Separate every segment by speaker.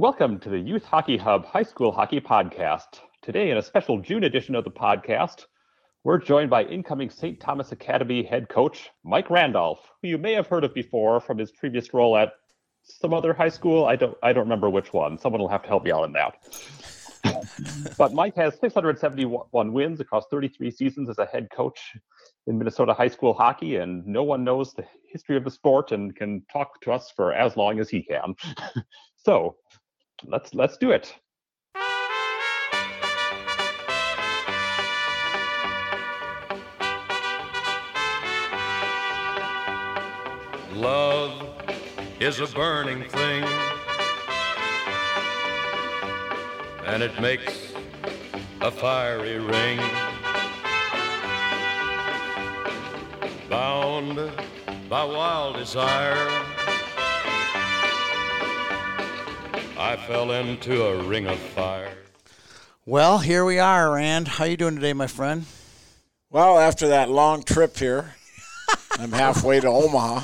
Speaker 1: Welcome to the Youth Hockey Hub High School Hockey Podcast. Today, in a special June edition of the podcast, we're joined by incoming St. Thomas Academy head coach Mike Randolph, who you may have heard of before from his previous role at some other high school. I don't, I don't remember which one. Someone will have to help me out on that. but Mike has 671 wins across 33 seasons as a head coach in Minnesota high school hockey, and no one knows the history of the sport and can talk to us for as long as he can. so, let's let's do it.
Speaker 2: Love is a burning thing, and it makes a fiery ring. Bound by wild desire, I fell into a ring of fire.
Speaker 3: Well, here we are, Rand. How you doing today, my friend?
Speaker 4: Well, after that long trip here, I'm halfway to Omaha.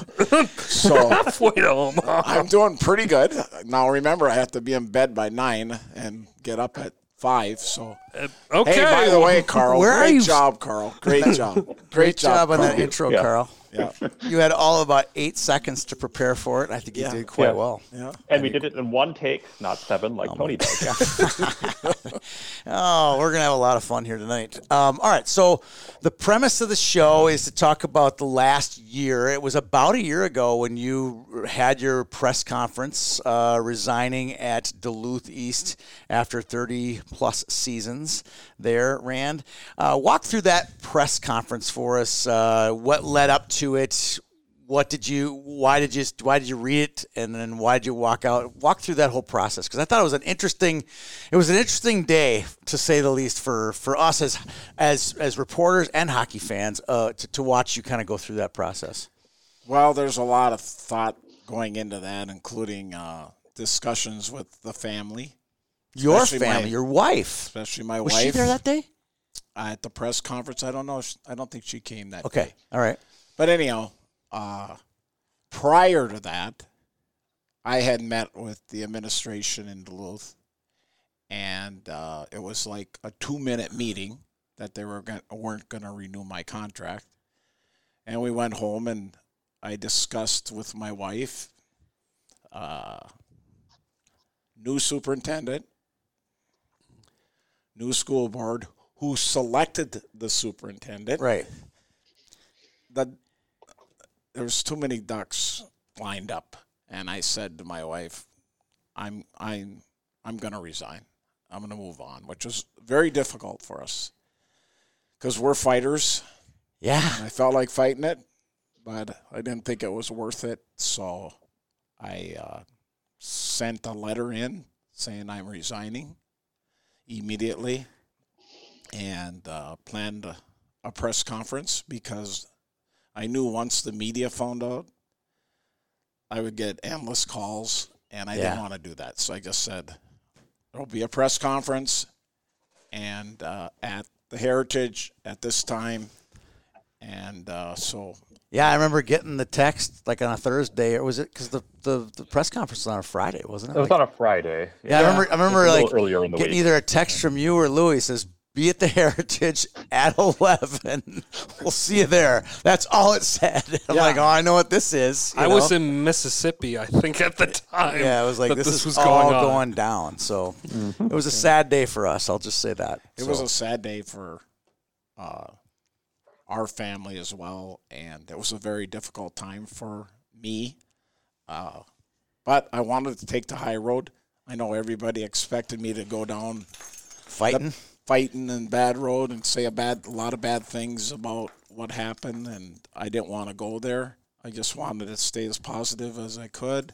Speaker 4: So
Speaker 5: halfway to Omaha.
Speaker 4: I'm doing pretty good. Now, remember, I have to be in bed by nine and get up at five. So,
Speaker 5: Okay.
Speaker 4: hey, by the way, Carl,
Speaker 3: Where are
Speaker 4: great
Speaker 3: you-
Speaker 4: job, Carl. Great job. Great,
Speaker 3: Great job on that
Speaker 4: Carl.
Speaker 3: intro,
Speaker 1: Yeah.
Speaker 3: Carl.
Speaker 4: Yeah.
Speaker 3: You had all about eight seconds to prepare for it. I think you
Speaker 4: Yeah.
Speaker 3: did quite
Speaker 1: Yeah.
Speaker 3: well.
Speaker 4: Yeah.
Speaker 1: And we did it in one take, not seven like Tony did.
Speaker 3: Oh, we're gonna have a lot of fun here tonight. Um, all right, so the premise of the show is to talk about the last year. It was about a year ago when you had your press conference, uh, resigning at Duluth East after 30 plus seasons. There, Rand, uh, walk through that press conference for us. Uh, what led up to it? What did you? Why did you? Why did you read it? And then why did you walk out? Walk through that whole process because I thought it was an interesting. It was an interesting day to say the least for for us as as as reporters and hockey fans uh, to to watch you kind of go through that process.
Speaker 4: Well, there's a lot of thought going into that, including uh, discussions with the family,
Speaker 3: Your
Speaker 4: Especially my-
Speaker 3: family, your wife.
Speaker 4: especially my
Speaker 3: Was
Speaker 4: wife.
Speaker 3: she there that day?
Speaker 4: at the press conference. I don't know. if she- I don't think she came that day.
Speaker 3: Okay, all right.
Speaker 4: But anyhow, uh, prior to that, I had met with the administration in Duluth, and uh, it was like a two-minute meeting that they were going weren't going to renew my contract. And we went home, and I discussed with my wife, uh, new superintendent, new school board, who selected the superintendent
Speaker 3: Right.
Speaker 4: that there was too many ducks lined up, and I said to my wife, "I'm I'm I'm going to resign. I'm going to move on," which was very difficult for us because we're fighters.
Speaker 3: Yeah.
Speaker 4: I felt like fighting it, but I didn't think it was worth it, so I uh, sent a letter in saying I'm resigning immediately, and uh, planned a, a press conference because I knew once the media found out, I would get endless calls, and I didn't
Speaker 3: Yeah.
Speaker 4: want to do that. So I just said, "There'll be a press conference, and uh, at the Heritage at this time." And uh, so,
Speaker 3: Yeah, I remember getting the text like on a Thursday. Or was it because the, the the press conference was on a Friday, wasn't it?
Speaker 1: It was
Speaker 3: Like-
Speaker 1: on a Friday.
Speaker 3: Yeah, I remember. I remember
Speaker 1: It's a
Speaker 3: like
Speaker 1: little earlier in the
Speaker 3: getting
Speaker 1: week.
Speaker 3: either a text from you or Louis says, "Be at the Heritage at 11. we'll see you there." That's all it said. I'm like, oh, I know what this is. you
Speaker 5: I was
Speaker 3: know?
Speaker 5: in Mississippi, I think, at the time.
Speaker 3: Yeah, it was like
Speaker 5: that
Speaker 3: this, is
Speaker 5: was
Speaker 3: all
Speaker 5: going on.
Speaker 3: going down. So it was a sad day for us. I'll just say that.
Speaker 4: It was a sad day for uh, our family as well, and it was a very difficult time for me. Uh, but I wanted to take the high road. I know everybody expected me to go down
Speaker 3: fighting.
Speaker 4: fighting and bad road and say a bad, a lot of bad things about what happened, and I didn't want to go there. I just wanted to stay as positive as I could,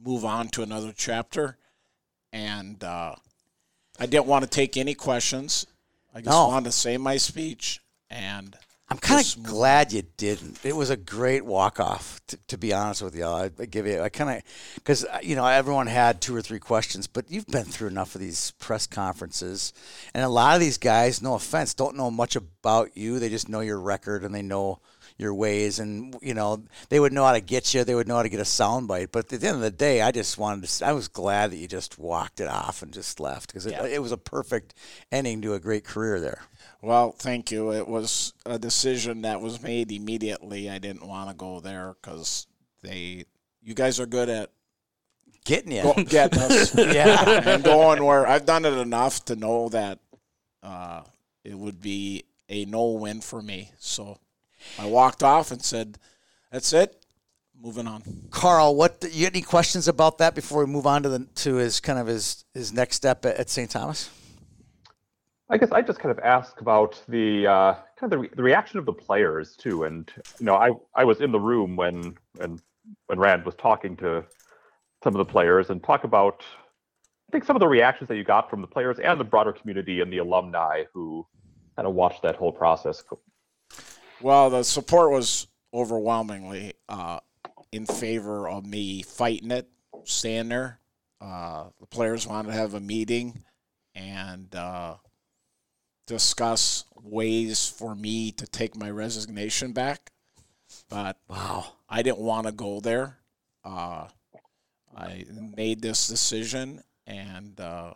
Speaker 4: move on to another chapter, and uh, I didn't want to take any questions. I just
Speaker 3: No.
Speaker 4: wanted to say my speech, and
Speaker 3: I'm kind
Speaker 4: Just
Speaker 3: of glad you didn't. It was a great walk off, t- to be honest with you. I, I give you, I kind of, because you know everyone had two or three questions, but you've been through enough of these press conferences, and a lot of these guys, no offense, don't know much about you. They just know your record and they know your ways, and you know they would know how to get you. They would know how to get a soundbite. But at the end of the day, I just wanted to. s- I was glad that you just walked it off and just left because it, it was a perfect ending to a great career there.
Speaker 4: Well, thank you. It was a decision that was made immediately. I didn't want to go there because they, you guys are good at
Speaker 3: Getting you,
Speaker 4: go- getting us
Speaker 3: yeah,
Speaker 4: and going where I've done it enough to know that uh, it would be a no win for me. So I walked off and said, "That's it. Moving on."
Speaker 3: Carl. What you got any questions about that before we move on to the to his kind of his his next step at, at St. Thomas?
Speaker 1: I guess I just kind of ask about the uh, kind of the, re- the reaction of the players too, and you know, I I was in the room when and when Rand was talking to some of the players and talk about I think some of the reactions that you got from the players and the broader community and the alumni who kind of watched that whole process. co-
Speaker 4: Well, the support was overwhelmingly uh, in favor of me fighting it, staying there. Uh, the players wanted to have a meeting and uh, discuss ways for me to take my resignation back, but
Speaker 3: Wow.
Speaker 4: I didn't want to go there. Uh, I made this decision, and uh,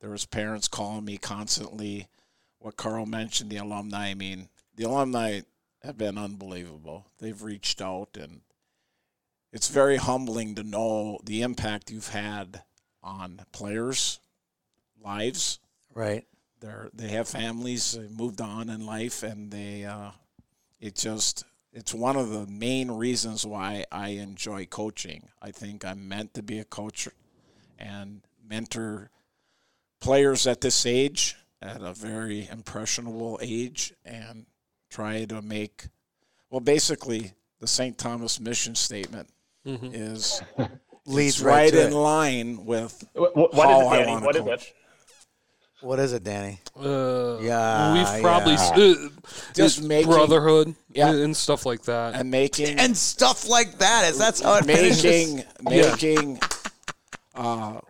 Speaker 4: there was parents calling me constantly. What Carl mentioned, the alumni. I mean, the alumni have been unbelievable. They've reached out, and it's very humbling to know the impact you've had on players' lives
Speaker 3: Right.
Speaker 4: they're they have families they moved on in life and they uh, it just it's one of the main reasons why I enjoy coaching. I think I'm meant to be a coach and mentor players at this age at a very impressionable age and try to make well basically the St. Thomas mission statement
Speaker 1: Mm-hmm.
Speaker 4: is
Speaker 3: Leads
Speaker 4: it's right,
Speaker 3: right to
Speaker 4: in
Speaker 3: it.
Speaker 4: line with
Speaker 1: What, what, what
Speaker 4: how
Speaker 1: is it,
Speaker 4: Oh, I
Speaker 1: Danny?
Speaker 4: want
Speaker 1: What
Speaker 4: to
Speaker 1: is
Speaker 4: coach.
Speaker 1: it?
Speaker 3: What is it, Danny?
Speaker 5: Uh,
Speaker 3: Yeah,
Speaker 5: we've probably
Speaker 3: yeah.
Speaker 5: s- uh,
Speaker 4: Just
Speaker 5: just
Speaker 4: making-
Speaker 5: brotherhood
Speaker 4: Yeah.
Speaker 5: and, and stuff like that.
Speaker 4: and making
Speaker 3: and stuff like that. Is that's how it finishes?
Speaker 4: making making
Speaker 5: We've
Speaker 4: uh,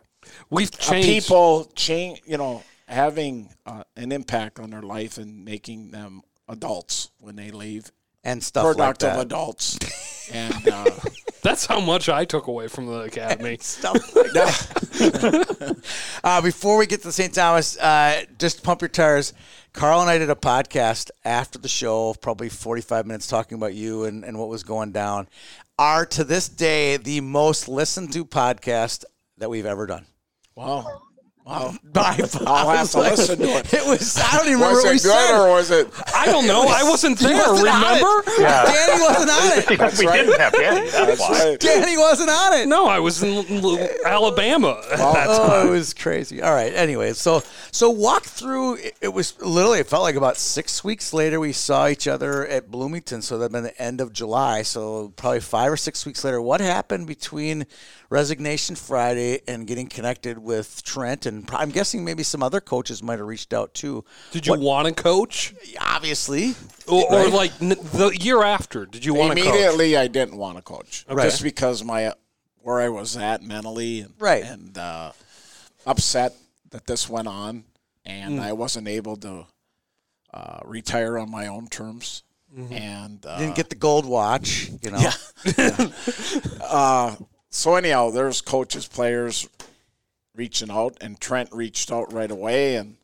Speaker 5: changed.
Speaker 4: people change you know having uh, an impact on their life and making them adults when they leave
Speaker 3: and stuff
Speaker 4: productive
Speaker 3: like that.
Speaker 4: adults and uh,
Speaker 5: That's how much I took away from the academy.
Speaker 3: Stuff like that. uh, before we get to St. Thomas, uh, just pump your tires. Carl and I did a podcast after the show, probably 45 minutes, talking about you and, and what was going down. Are to this day the most listened to podcast that we've ever done.
Speaker 4: wow wow
Speaker 3: By
Speaker 4: I'll have to listen to it.
Speaker 3: It was, I don't even remember what we said.
Speaker 4: was it
Speaker 5: I don't know. I wasn't
Speaker 3: He
Speaker 5: there.
Speaker 3: wasn't on it.
Speaker 5: remember?
Speaker 1: Yeah.
Speaker 3: Danny wasn't on it.
Speaker 1: Because we didn't have Danny. That's why.
Speaker 3: Danny wasn't on it.
Speaker 5: No, I was in L- L- Alabama. at that time.
Speaker 3: Oh, it was crazy. All right. Anyway, so so walk through. It, it was literally. It felt like about six weeks later we saw each other at Bloomington. So that'd been the end of July. So probably five or six weeks later. What happened between resignation Friday and getting connected with Trent? And pro- I'm guessing maybe some other coaches might have reached out too.
Speaker 5: Did you want to coach?
Speaker 3: Obviously,
Speaker 5: Or, or like n- the year after? Did you want to coach?
Speaker 4: immediately I didn't want to coach
Speaker 5: Right.
Speaker 4: just because my uh, where I was at mentally and
Speaker 3: Right.
Speaker 4: and uh, upset that this went on and
Speaker 3: Mm.
Speaker 4: I wasn't able to uh, retire on my own terms and uh,
Speaker 3: Mm-hmm. didn't get the gold watch. You know. Yeah.
Speaker 4: Uh, so anyhow, there's coaches, players reaching out, and Trent reached out right away and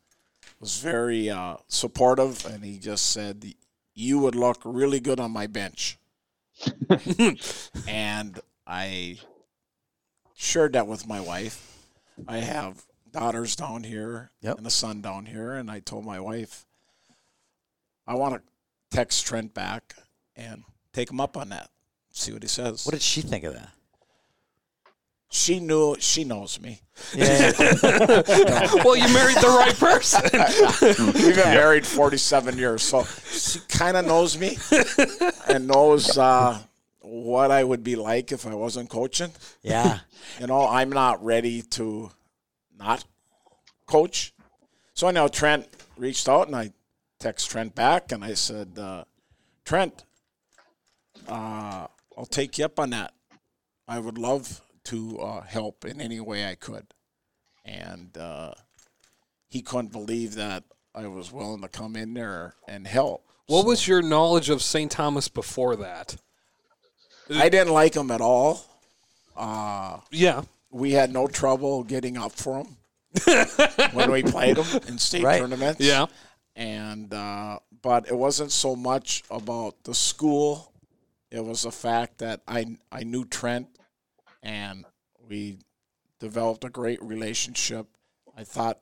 Speaker 4: was very uh, supportive, and he just said, "You would look really good on my bench," and I shared that with my wife. I have daughters down here
Speaker 3: Yep.
Speaker 4: and a son down here, and I told my wife, "I want to text Trent back and take him up on that, see what he says."
Speaker 3: What did she think of that?
Speaker 4: She knew. She knows me.
Speaker 3: Yeah.
Speaker 5: well, you married the right person.
Speaker 4: We've been married 47 years, so she kind of knows me and knows uh, what I would be like if I wasn't coaching.
Speaker 3: yeah.
Speaker 4: You know, I'm not ready to not coach. So I know Trent reached out, and I text Trent back, and I said, uh, "Trent, uh, I'll take you up on that. I would love to uh, help in any way I could." And uh, he couldn't believe that I was willing to come in there and help.
Speaker 5: What was your knowledge of St. Thomas before that?
Speaker 4: I didn't like him at all. Uh,
Speaker 5: Yeah.
Speaker 4: we had no trouble getting up for him when we played him in state
Speaker 3: Right.
Speaker 4: tournaments.
Speaker 5: Yeah.
Speaker 4: and uh, but it wasn't so much about the school. It was the fact that I I knew Trent, and we developed a great relationship. I thought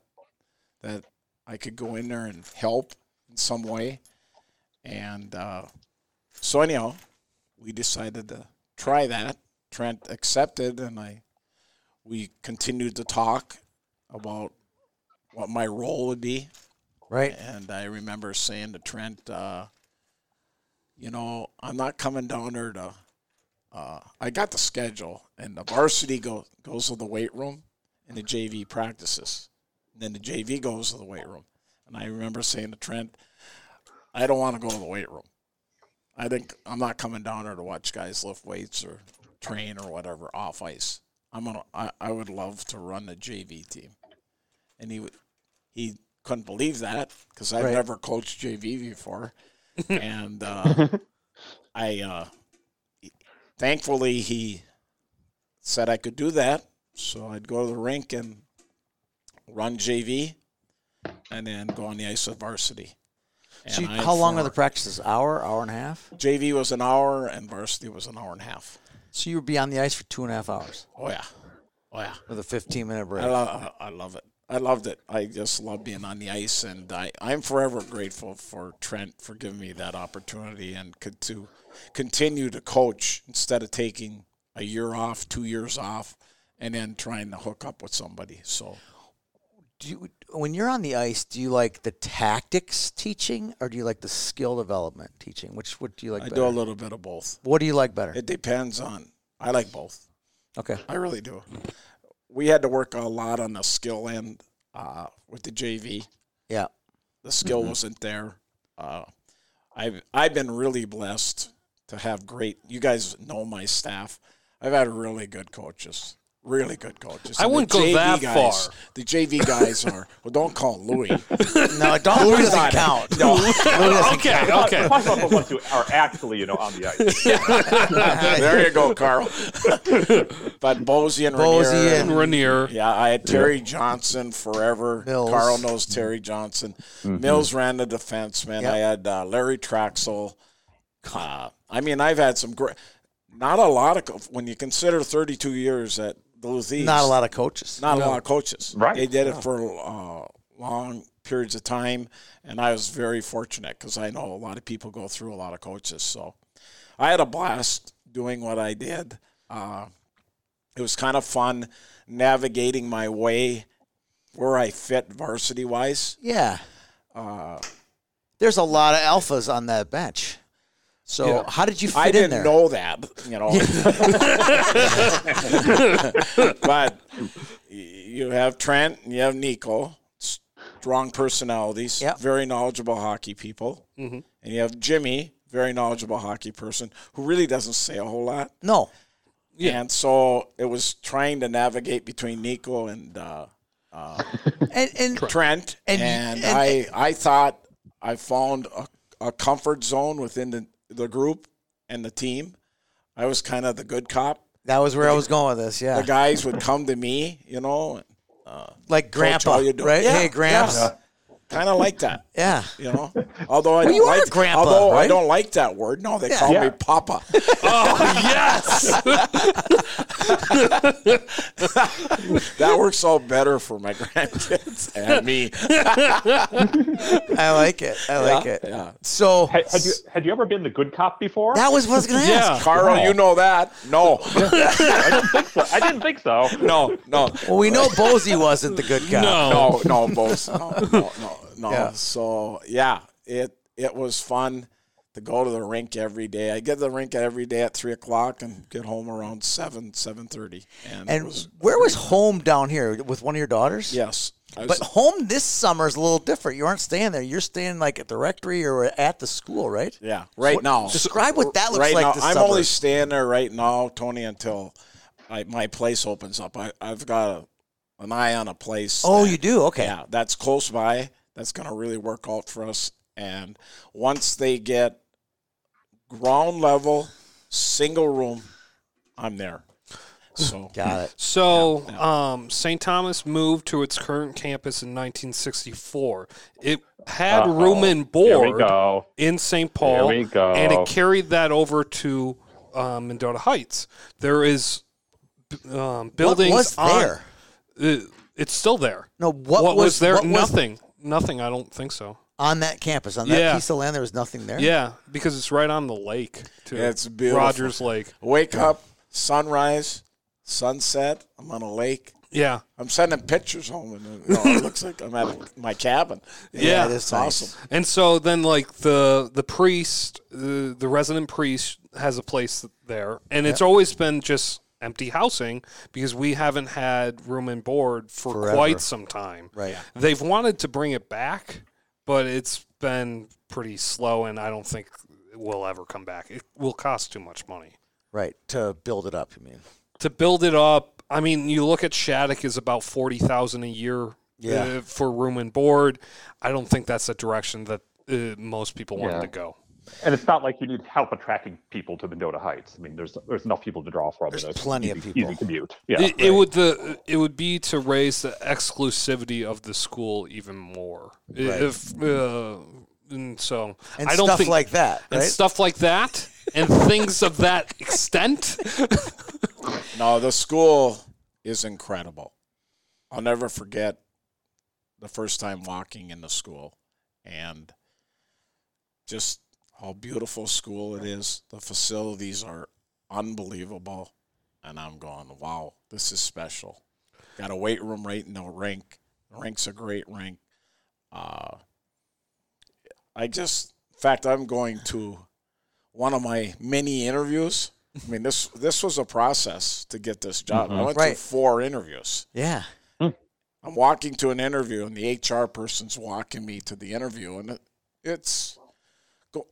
Speaker 4: that I could go in there and help in some way, and uh, so anyhow, we decided to try that. Trent accepted, and I we continued to talk about what my role would be
Speaker 3: Right.
Speaker 4: and I remember saying to Trent, uh, you know, I'm not coming down there to. Uh, I got the schedule, and the varsity go, goes to the weight room, and the JV practices. And then the JV goes to the weight room. And I remember saying to Trent, I don't want to go to the weight room. I think I'm not coming down there to watch guys lift weights or train or whatever off ice. I'm gonna. I, I would love to run the JV team, and he would he couldn't believe that because I've
Speaker 3: Right.
Speaker 4: never coached JV before, and uh, I uh, thankfully he said I could do that, so I'd go to the rink and run JV, and then go on the ice with varsity.
Speaker 3: So you-
Speaker 4: And I
Speaker 3: how long are
Speaker 4: for-
Speaker 3: the practices? Hour, hour and a half.
Speaker 4: JV was an hour and varsity was an hour and a half.
Speaker 3: So you would be on the ice for two and a half hours
Speaker 4: Oh yeah, oh yeah.
Speaker 3: with a fifteen minute break.
Speaker 4: I love, I love it. I loved it. I just love being on the ice, and I, I'm forever grateful for Trent for giving me that opportunity and could to continue to coach instead of taking a year off, two years off, and then trying to hook up with somebody. So
Speaker 3: do you, when you're on the ice, do you like the tactics teaching or do you like the skill development teaching? Which what do you like
Speaker 4: I
Speaker 3: better?
Speaker 4: do a little bit of both.
Speaker 3: what do you like better?
Speaker 4: It depends on. I like both.
Speaker 3: okay.
Speaker 4: I really do. We had to work a lot on the skill end uh, with the JV.
Speaker 3: Yeah.
Speaker 4: the skill wasn't there. Uh, I've I've been really blessed to have great. You guys know my staff. I've had really good coaches, really good coaches.
Speaker 5: I
Speaker 4: And the
Speaker 5: wouldn't go
Speaker 4: JV
Speaker 5: that
Speaker 4: guys-
Speaker 5: far.
Speaker 4: The JV guys are well. Don't call him Louis.
Speaker 3: No, don't lose
Speaker 4: not-
Speaker 3: the count.
Speaker 5: okay. Okay.
Speaker 1: Talk about the ones who are actually, you know, on the ice.
Speaker 4: there you go, Carl. but Bozy and
Speaker 3: Bozy
Speaker 4: Renier
Speaker 3: and-
Speaker 5: Rainier.
Speaker 4: Yeah, I had Terry Johnson forever.
Speaker 3: Mills.
Speaker 4: Carl knows Terry Johnson. Mills ran the defenseman.
Speaker 3: Yep.
Speaker 4: I had uh, Larry Traxel. Uh, I mean, I've had some great. Not a lot of co- when you consider 32 years at Duluth East.
Speaker 3: Not a lot of coaches.
Speaker 4: Not a lot of coaches.
Speaker 1: Right.
Speaker 4: They did it for uh, long periods of time, and I was very fortunate because I know a lot of people go through a lot of coaches. So I had a blast doing what I did. Uh, it was kind of fun navigating my way where I fit varsity wise.
Speaker 3: Yeah.
Speaker 4: Uh,
Speaker 3: There's a lot of alphas on that bench. So
Speaker 5: Yeah.
Speaker 3: how did you fit
Speaker 4: I
Speaker 3: in there?
Speaker 4: didn't know that, you know. but you have Trent and you have Nico, strong personalities,
Speaker 3: Yep.
Speaker 4: very knowledgeable hockey people. Mm-hmm. And you have Jimmy, very knowledgeable hockey person who really doesn't say a whole lot.
Speaker 3: No.
Speaker 5: Yeah.
Speaker 4: And so it was trying to navigate between Nico and uh,
Speaker 3: And and
Speaker 4: Trent,
Speaker 3: And-
Speaker 4: and,
Speaker 3: and-
Speaker 4: I I thought I found a, a comfort zone within the, the group and the team. I was kind of the good cop.
Speaker 3: that was where I was going with this, yeah.
Speaker 4: The guys would come to me, you know,
Speaker 3: like grandpa,
Speaker 4: how you doing?
Speaker 3: right?
Speaker 4: Yeah,
Speaker 3: hey, gramps. Yeah.
Speaker 4: yeah. kind of like that.
Speaker 3: Yeah.
Speaker 4: You know, although I don't
Speaker 3: you are
Speaker 4: like
Speaker 3: grandpa,
Speaker 4: although I
Speaker 3: right?
Speaker 4: don't like that word. No, they call
Speaker 1: Yeah.
Speaker 4: me Papa.
Speaker 5: Oh yes.
Speaker 4: that works out better for my grandkids and me.
Speaker 3: I like it. I like it.
Speaker 4: yeah.
Speaker 3: So
Speaker 1: Had, had you had you ever been the good cop before?
Speaker 3: that was what I was gonna ask.
Speaker 5: Yeah.
Speaker 4: Carl, you know that? No,
Speaker 1: I didn't think so.
Speaker 4: no, no.
Speaker 3: Well, we know Bozy wasn't the good guy.
Speaker 5: No.
Speaker 4: no, no, both. No, no, no. no.
Speaker 3: Yeah.
Speaker 4: So yeah, it it was fun to go to the rink every day. I get to the rink every day at three o'clock and get home around seven seven thirty. And, it
Speaker 3: And
Speaker 4: was,
Speaker 3: where was home down here with one of your daughters?
Speaker 4: yes, I was,
Speaker 3: But home this summer is a little different. You aren't staying there. You're staying like at the rectory or at the school, right?
Speaker 4: yeah, right
Speaker 3: What-
Speaker 4: now.
Speaker 3: Describe what that looks
Speaker 4: right
Speaker 3: like
Speaker 4: now,
Speaker 3: this
Speaker 4: I'm
Speaker 3: summer.
Speaker 4: only staying there right now, Tony, until I, my place opens up. I I've got a, an eye on a place.
Speaker 3: oh,
Speaker 4: that-
Speaker 3: you do? Okay.
Speaker 4: yeah, that's close by. that's going to really work out for us. And once they get ground level, single room, I'm there. So
Speaker 3: Got it.
Speaker 5: So, um, St. Thomas moved to its current campus in 1964. It had
Speaker 1: Uh-oh.
Speaker 5: room and
Speaker 1: Here we
Speaker 5: board
Speaker 1: go.
Speaker 5: in St. Paul,
Speaker 1: Here we go.
Speaker 5: and it carried that over to um, Mendota Heights. There is b- um, buildings
Speaker 3: what was
Speaker 5: on-
Speaker 3: there?
Speaker 5: Uh, it's still there.
Speaker 3: No, what,
Speaker 5: was, there?
Speaker 3: what was
Speaker 5: nothing. Nothing. I don't think so.
Speaker 3: on that campus on that
Speaker 5: Yeah.
Speaker 3: piece of land. There was nothing there.
Speaker 5: Yeah, because it's right on the lake. Too.
Speaker 4: Yeah, it's beautiful.
Speaker 5: Rogers Lake.
Speaker 4: wake up, sunrise, sunset. I'm on a lake.
Speaker 5: Yeah.
Speaker 4: I'm sending pictures home, and you know, it looks like I'm at my cabin.
Speaker 5: Yeah,
Speaker 4: it's
Speaker 5: it
Speaker 3: is nice.
Speaker 4: awesome.
Speaker 5: And so then, like the the priest, the, the resident priest has a place there, and it's always been just empty housing because we haven't had room and board for
Speaker 3: Forever.
Speaker 5: quite some time.
Speaker 3: Right.
Speaker 5: They've wanted to bring it back, but it's been pretty slow, and I don't think it will ever come back. It will cost too much money
Speaker 3: Right. To build it up, you mean?
Speaker 5: to build it up. I mean, you look at Shattuck is about forty thousand a year
Speaker 3: Yeah.
Speaker 5: uh, for room and board. I don't think that's the direction that uh, most people wanted
Speaker 1: Yeah.
Speaker 5: to go.
Speaker 1: And it's not like you need help attracting people to Mendota Heights. I mean, there's there's enough people to draw from.
Speaker 3: There's
Speaker 1: It's
Speaker 3: plenty of
Speaker 1: easy,
Speaker 3: people.
Speaker 1: Easy commute. Yeah.
Speaker 5: it, it would the it would be to raise the exclusivity of the school even more. I-
Speaker 3: Right.
Speaker 5: If uh, and so
Speaker 3: And
Speaker 5: I don't
Speaker 3: stuff
Speaker 5: think
Speaker 3: like that,
Speaker 5: and
Speaker 3: right?
Speaker 5: stuff like that and things of that extent.
Speaker 4: No, the school is incredible. I'll never forget the first time walking in the school and just how beautiful school it is. The facilities are unbelievable. And I'm going, wow, this is special. Got a weight room right in the rink. The rink's a great rink. Uh, I just, in fact, I'm going to one of my many interviews. I mean, this this was a process to get this job. I went through
Speaker 3: Right.
Speaker 4: four interviews.
Speaker 3: Yeah.
Speaker 4: I'm walking to an interview, and the HR person's walking me to the interview, and it, it's go,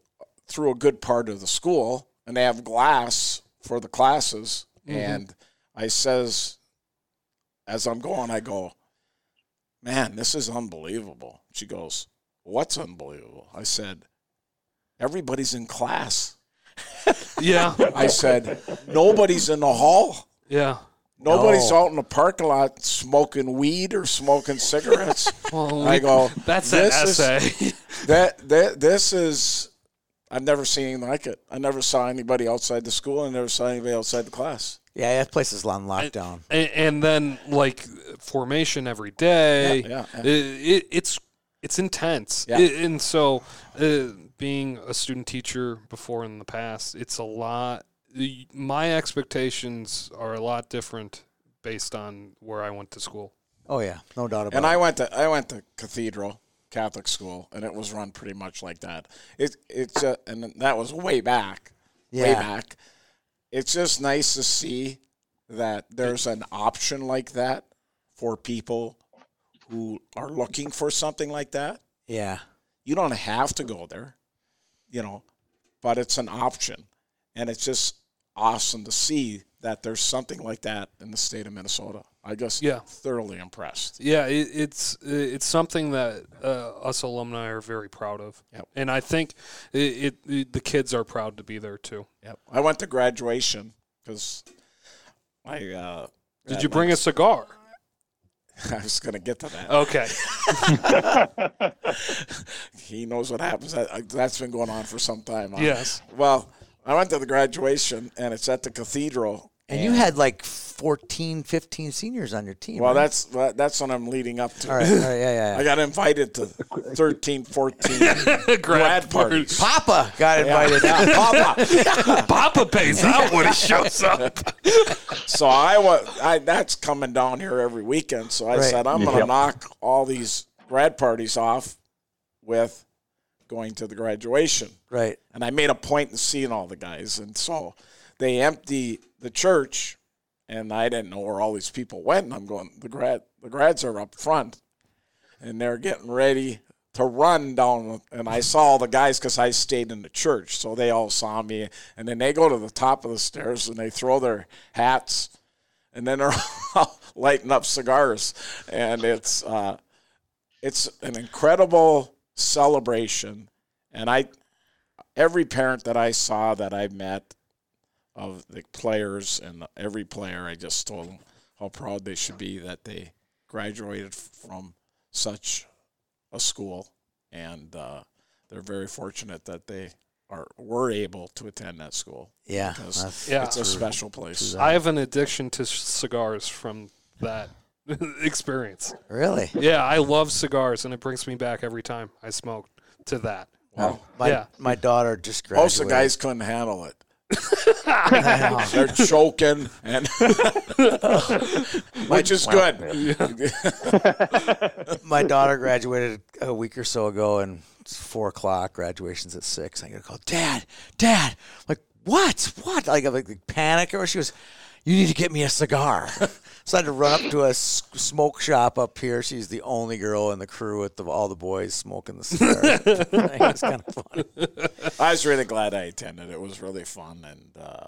Speaker 4: through a good part of the school, and they have glass for the classes. And I says, as I'm going, I go, "Man, this is unbelievable." She goes, "What's unbelievable?" I said, "Everybody's in class."
Speaker 5: yeah,
Speaker 4: I said, "Nobody's in the hall."
Speaker 5: yeah.
Speaker 4: Nobody's
Speaker 3: No.
Speaker 4: out in the parking lot smoking weed or smoking cigarettes.
Speaker 5: Well,
Speaker 4: I go.
Speaker 5: that's an
Speaker 4: "This is-
Speaker 5: essay.
Speaker 4: that that this is. I've never seen anything like it. I never saw anybody outside the school. I never saw anybody outside the class.
Speaker 3: Yeah. That place is on lockdown.
Speaker 5: and, and then like formation every day.
Speaker 4: Yeah, yeah,
Speaker 5: It, it, it's it's intense,
Speaker 4: Yeah.
Speaker 5: It- and so uh, being a student teacher before in the past, it's a lot. y- My expectations are a lot different based on where I went to school.
Speaker 3: Oh yeah. No doubt about
Speaker 4: And
Speaker 3: it.
Speaker 4: I went to I went to Cathedral Catholic School, and it was run pretty much like that. It it's uh, and that was way back, way
Speaker 3: Yeah.
Speaker 4: back. It's just nice to see that there's an option like that for people who are looking for something like that.
Speaker 3: yeah.
Speaker 4: you don't have to go there, you know, but it's an option. And it's just awesome to see that there's something like that in the state of Minnesota. I just
Speaker 5: Yeah.
Speaker 4: thoroughly impressed.
Speaker 5: Yeah, it, it's uh, it's something that uh, us alumni are very proud of,
Speaker 4: Yep.
Speaker 5: and I think it, it, it the kids are proud to be there too.
Speaker 4: Yep. I went to graduation because I uh,
Speaker 5: Did
Speaker 4: had
Speaker 5: you
Speaker 4: my-
Speaker 5: bring a cigar?
Speaker 4: I was going to get to that.
Speaker 5: Okay.
Speaker 4: He knows what happens. That, I- that's been going on for some time. huh?
Speaker 5: Yes.
Speaker 4: Well, I went to the graduation, and it's at the cathedral.
Speaker 3: And you had like 14, 15 seniors on your team.
Speaker 4: Well,
Speaker 3: right?
Speaker 4: that's that's what I'm leading up to.
Speaker 3: all right. All right. Yeah. Yeah.
Speaker 4: I
Speaker 3: yeah.
Speaker 4: got invited to 13, 14 grad parties.
Speaker 3: Papa got invited.
Speaker 4: Yeah, Papa.
Speaker 5: Papa pays out when he shows up.
Speaker 4: So I was I, that's coming down here every weekend. So I
Speaker 3: Right.
Speaker 4: said I'm going to
Speaker 1: Yep.
Speaker 4: knock all these grad parties off with going to the graduation.
Speaker 3: Right.
Speaker 4: And I made a point in seeing all the guys. And so they empty the church, and I didn't know where all these people went. And I'm going the grad the grads are up front, and they're getting ready to run down. And I saw all the guys because I stayed in the church, so they all saw me. And then they go to the top of the stairs and they throw their hats, and then they're all lighting up cigars, and it's. Uh, it's an incredible celebration, and I, every parent that I saw that I met, of the players and every player, I just told them how proud they should be that they graduated from such a school, and uh, they're very fortunate that they are were able to attend that school.
Speaker 3: Yeah.
Speaker 4: Because
Speaker 3: that's-
Speaker 5: Yeah.
Speaker 4: It's a special place.
Speaker 5: I have an addiction to cigars from that experience.
Speaker 3: Really?
Speaker 5: Yeah, I love cigars, and it brings me back every time I smoke to that.
Speaker 4: Wow.
Speaker 3: My,
Speaker 5: Yeah.
Speaker 3: my daughter just graduated.
Speaker 4: Most of the guys couldn't handle it.
Speaker 3: guys.
Speaker 4: They're choking, and which is good.
Speaker 3: my daughter graduated a week or so ago, and it's four o'clock. Graduation's at six. I get a call, Dad, Dad. I'm like, what? What? Like, I'm like panic. Or she goes, You need to get me a cigar. so I had to run up to a s- smoke shop up here. She's the only girl in the crew with the, all the boys smoking the cigar. it's kind of funny.
Speaker 4: I was really glad I attended. It was really fun, and uh,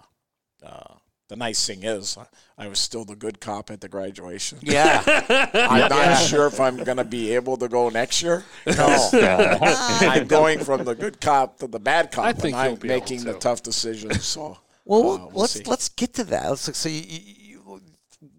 Speaker 4: uh, the nice thing is, I was still the good cop at the graduation.
Speaker 3: Yeah.
Speaker 4: I'm not sure if I'm going to be able to go next year.
Speaker 3: No.
Speaker 4: I'm going from the good cop to the bad cop,
Speaker 5: I
Speaker 4: and
Speaker 5: think
Speaker 4: I'm
Speaker 5: you'll be able
Speaker 4: making the
Speaker 5: to.
Speaker 4: tough decisions. So,
Speaker 3: Well,
Speaker 4: uh,
Speaker 3: we'll- let's
Speaker 4: see.
Speaker 3: let's get to that. Let's so you, you, you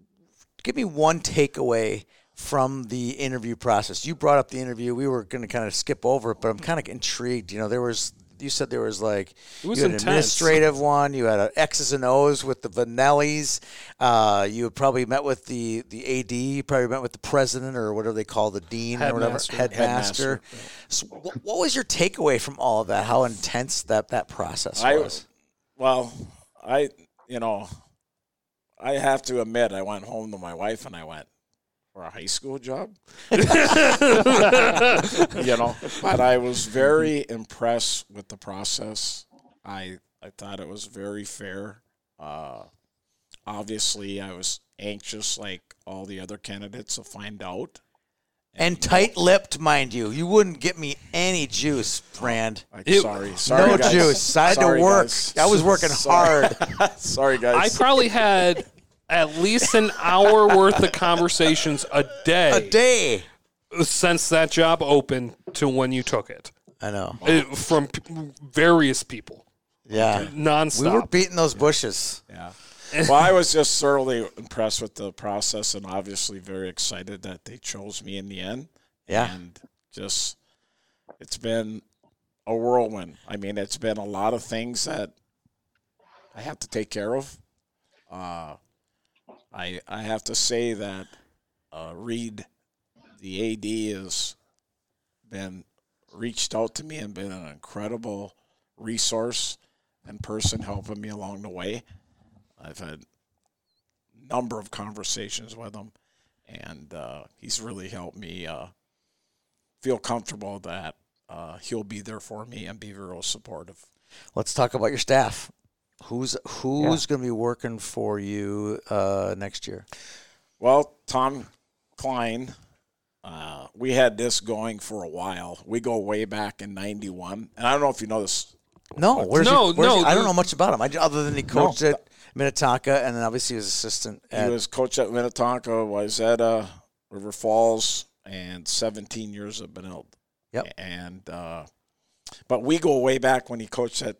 Speaker 3: give me one takeaway from the interview process. You brought up the interview. We were going to kind of skip over it, but I'm kind of intrigued. You know, there was you said there was like
Speaker 5: was
Speaker 3: you had an
Speaker 5: intense.
Speaker 3: administrative one. You had a X's and O's with the Vanellis. Uh, you had probably met with the the AD. You probably met with the president or whatever they call the dean or whatever
Speaker 5: Headmaster.
Speaker 3: headmaster. So, wh- what was your takeaway from all of that? How intense that that process
Speaker 4: I-
Speaker 3: was?
Speaker 4: well, I, you know, I have to admit, I went home to my wife and I went for a high school job. you know, but I was very impressed with the process. I I thought it was very fair. Uh, obviously, I was anxious, like all the other candidates, to find out.
Speaker 3: and tight-lipped, mind you. You wouldn't get me any juice, Brand.
Speaker 4: Like,
Speaker 5: It-
Speaker 4: sorry, sorry,
Speaker 3: no
Speaker 4: guys.
Speaker 3: juice. I had
Speaker 4: Sorry,
Speaker 3: to work.
Speaker 4: guys.
Speaker 3: I was working
Speaker 4: Sorry.
Speaker 3: hard.
Speaker 4: sorry,
Speaker 5: I
Speaker 4: guys.
Speaker 5: probably had at least an hour worth of conversations a day,
Speaker 3: A day.
Speaker 5: since that job opened to when you took it
Speaker 3: I know.
Speaker 5: Uh, from p- various people
Speaker 3: Yeah.
Speaker 5: nonstop.
Speaker 3: We were beating those bushes.
Speaker 4: Yeah. well, I was just thoroughly impressed with the process and obviously very excited that they chose me in the end.
Speaker 3: Yeah.
Speaker 4: And just, it's been a whirlwind. I mean, it's been a lot of things that I have to take care of. Uh, I, I have to say that uh, Reed, the AD, has been reached out to me and been an incredible resource and person helping me along the way. I've had number of conversations with him, and uh, he's really helped me uh, feel comfortable that uh, he'll be there for me and be real supportive.
Speaker 3: Let's talk about your staff. Who's who's going to be working for you uh, next year?
Speaker 4: Well, Tom Klein, uh, we had this going for a while. We go way back in '91, and I don't know if you know this.
Speaker 3: No, where's
Speaker 5: No,
Speaker 3: he, where's
Speaker 5: no,
Speaker 3: he- I don't
Speaker 5: the-
Speaker 3: know much about him. I, other than he coached at Minnetonka, and then obviously he was assistant
Speaker 4: He
Speaker 3: at
Speaker 4: was coach at Minnetonka, Wayzata, River Falls, and 17 years at Benilde.
Speaker 3: Yep.
Speaker 4: And uh, but we go way back when he coached at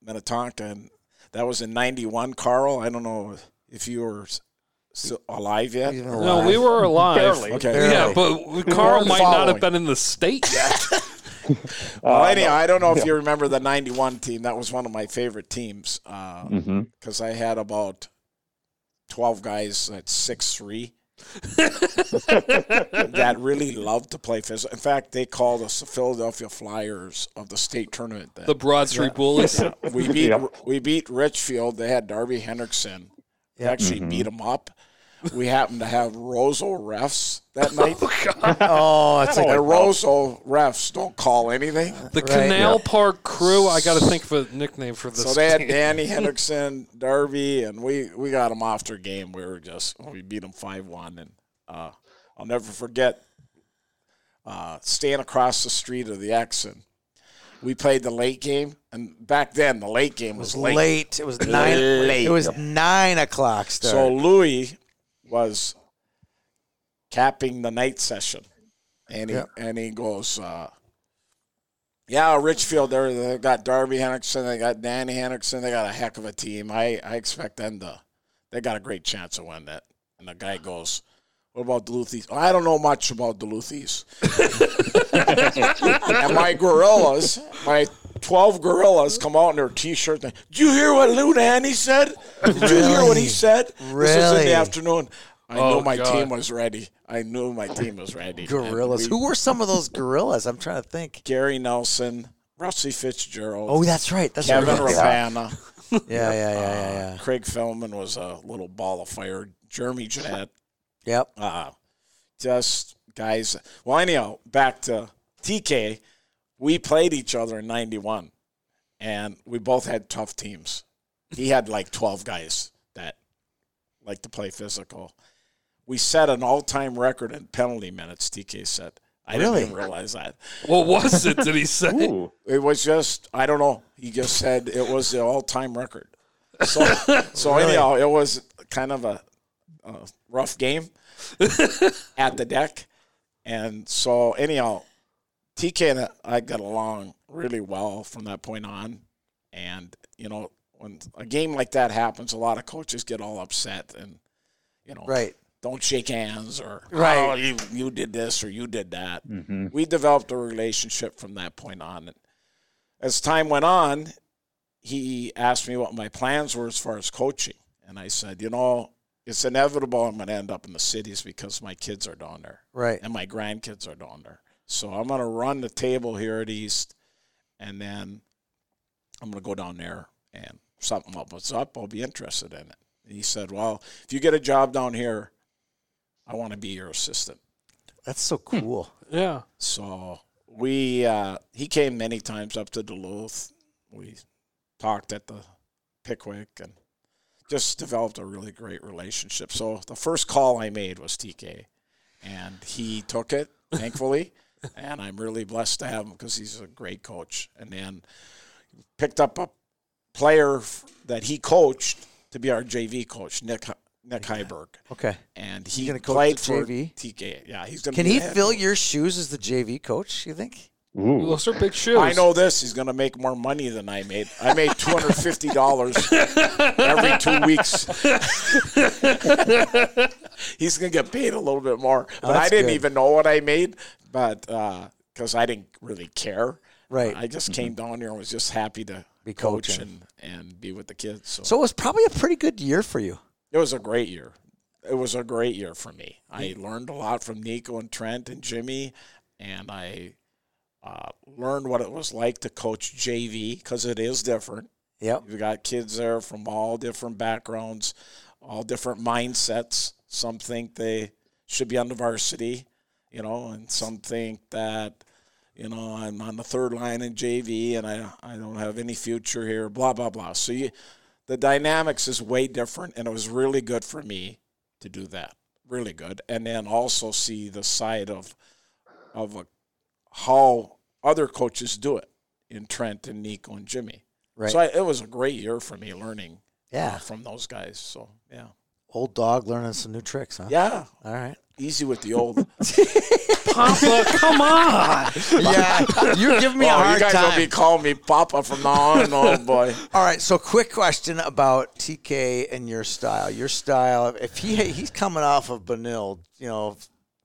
Speaker 4: Minnetonka, and that was in '91. Carl, I don't know if you were s- still alive yet.
Speaker 3: Even
Speaker 5: no, we were alive.
Speaker 1: Barely.
Speaker 4: Okay.
Speaker 3: Barely.
Speaker 5: Yeah, but Carl
Speaker 4: weren't
Speaker 5: might not
Speaker 4: following.
Speaker 5: have been in the state yet.
Speaker 1: Uh,
Speaker 4: Well, anyhow,
Speaker 1: Um,
Speaker 4: I don't know if you remember the '91 team. That was one of my favorite teams because
Speaker 1: hmm
Speaker 4: I had about 12 guys at six three that really loved to play physical. In fact, they called us the Philadelphia Flyers of the state tournament. Then.
Speaker 5: the Broad Street Bullies.
Speaker 4: we beat
Speaker 1: Yeah.
Speaker 4: we beat Richfield. They had Darby Hendrickson. We
Speaker 3: Yeah.
Speaker 4: actually beat him up. We happened to have Roseau refs that night.
Speaker 3: Oh, it's like
Speaker 4: and Roseau refs don't call anything.
Speaker 5: The
Speaker 3: Right.
Speaker 5: Canal Park crew. I got to think of a nickname for this.
Speaker 4: So they had
Speaker 5: team.
Speaker 4: Danny Hendrickson, Darby, and we, we got them off their game. We were just we beat them five one, and uh, I'll never forget uh, staying across the street of the X, and we played the late game. And back then, the late game was,
Speaker 3: was
Speaker 4: late.
Speaker 3: late. It was nine.
Speaker 4: Late.
Speaker 3: It was nine o'clock start.
Speaker 4: So Louis was capping the night session. and he
Speaker 3: Yeah.
Speaker 4: and he goes, uh, "Yeah, Richfield. They're, they got Darby Henriksen. They got Danny Henriksen. They got a heck of a team. I I expect them to. They got a great chance to win that." And the guy goes, "What about Duluthies? I don't know much about Duluthies. and my gorillas, my twelve gorillas, come out in their t-shirts. and, Did you hear what Lou Nanny said? Did you hear what
Speaker 3: Really?
Speaker 4: he said? This was in
Speaker 3: Really?
Speaker 4: the afternoon." I
Speaker 5: Oh,
Speaker 4: knew my
Speaker 5: God.
Speaker 4: team was ready. I knew my team was ready.
Speaker 3: Gorillas.
Speaker 4: And we-
Speaker 3: Who were some of those gorillas? I'm trying to think.
Speaker 4: Gary Nelson, Rusty Fitzgerald,
Speaker 3: Oh, that's right. That's
Speaker 4: Kevin
Speaker 3: right.
Speaker 4: Rapana, uh,
Speaker 3: Yeah, yeah, yeah, yeah, yeah.
Speaker 4: Craig Feldman was a little ball of fire. Jeremy Jeanette,
Speaker 3: Yep.
Speaker 4: uh, just guys. Well, anyhow, back to TK. We played each other in '91, and we both had tough teams. He had like 12 guys that like to play physical. We set an all-time record in penalty minutes. TK said, "I
Speaker 3: Really?
Speaker 4: didn't even realize that."
Speaker 5: What was it? Did he say?
Speaker 1: Ooh,
Speaker 4: It was just I don't know. He just said it was the all time record. So so anyhow, it was kind of a, a rough game at the deck, and so anyhow, TK and I got along really well from that point on, and you know when a game like that happens, a lot of coaches get all upset and you know
Speaker 3: Right.
Speaker 4: don't shake hands or
Speaker 3: Right.
Speaker 4: oh, you, you did this or you did that. We developed a relationship from that point on. And as time went on, he asked me what my plans were as far as coaching. And I said, you know, it's inevitable I'm going to end up in the cities because my kids are down there
Speaker 3: Right.
Speaker 4: and my grandkids are down there. So I'm going to run the table here at East and then I'm going to go down there and something opens up. I'll be interested in it. And he said, well, if you get a job down here, I want to be your assistant.
Speaker 3: That's so
Speaker 4: Hmm.
Speaker 3: cool.
Speaker 5: Yeah.
Speaker 4: So we uh, he came many times up to Duluth. We talked at the Pickwick and just developed a really great relationship. So the first call I made was TK, and he took it thankfully, and I'm really blessed to have him because he's a great coach. And then picked up a player f- that he coached to be our JV coach, Nick Hi- Nick Heiberg,
Speaker 3: Okay.
Speaker 4: and he
Speaker 3: gonna coach
Speaker 4: played
Speaker 3: the
Speaker 4: for
Speaker 3: JV?
Speaker 4: TK. Yeah, he's gonna.
Speaker 3: Can
Speaker 4: be
Speaker 3: he
Speaker 4: the head
Speaker 3: fill your shoes as the JV coach? You think?
Speaker 5: Well,
Speaker 1: ooh.
Speaker 5: Those are big shoes.
Speaker 4: I know this. He's going to make more money than I made. I made two hundred fifty dollars every two weeks. He's going to get paid a little bit more, but I
Speaker 3: that's
Speaker 4: didn't
Speaker 3: good.
Speaker 4: even know what I made, but because I didn't really care.
Speaker 3: Right. Mm-hmm.
Speaker 4: I just came down here and was just happy to
Speaker 3: Be
Speaker 4: coach
Speaker 3: coaching.
Speaker 4: and and be with the kids. So,
Speaker 3: So it was probably a pretty good year for you.
Speaker 4: it was a great year. It was a great year for me. I learned a lot from Nico and Trent and Jimmy, and I uh, learned what it was like to coach JV because it is different.
Speaker 3: Yep.
Speaker 4: You've got kids there from all different backgrounds, all different mindsets. Some think they should be on the varsity, you know, and some think that, you know, I'm on the third line in JV and I, I don't have any future here, blah, blah, blah. So you, the dynamics is way different, and it was really good for me to do that. Really good. And then also see the side of, of a, how other coaches do it in Trent and Nico and Jimmy.
Speaker 3: Right. Ah.
Speaker 4: So I, it was a great year for me learning uh,
Speaker 3: yeah.
Speaker 4: from those guys. So yeah,
Speaker 3: Old dog learning some new tricks, huh?
Speaker 4: yeah,
Speaker 3: All right.
Speaker 4: easy with the old.
Speaker 5: Papa, come on.
Speaker 3: Yeah. You're giving me a
Speaker 4: oh,
Speaker 3: hard
Speaker 4: you guys
Speaker 3: time.
Speaker 4: will be calling me Papa from now on. Oh boy,
Speaker 3: All right. So, quick question about TK and your style. Your style. If he he's coming off of Benilde, you know,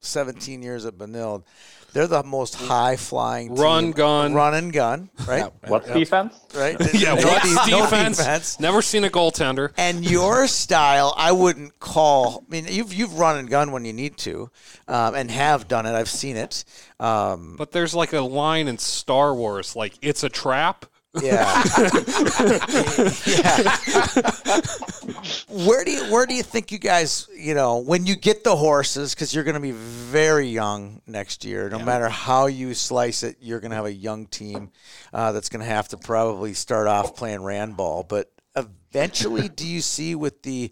Speaker 3: 17 years at Benilde, they're the most high flying
Speaker 5: Mm. Run, gun.
Speaker 3: run and gun, right?
Speaker 1: What's defense?
Speaker 3: Right.
Speaker 5: Yeah,
Speaker 3: No
Speaker 5: what's
Speaker 3: de- no
Speaker 5: defense? Never seen a goaltender.
Speaker 3: and your style, I wouldn't call. I mean, you've you've run and gun when you need to, um, and have done it. I've seen it. Um,
Speaker 5: But there's like a line in Star Wars, like it's a trap.
Speaker 3: yeah. yeah. where do you where do you think you guys you know when you get the horses because you're going to be very young next year no matter how you slice it you're going to have a young team uh, that's going to have to probably start off playing rand ball but eventually do you see with the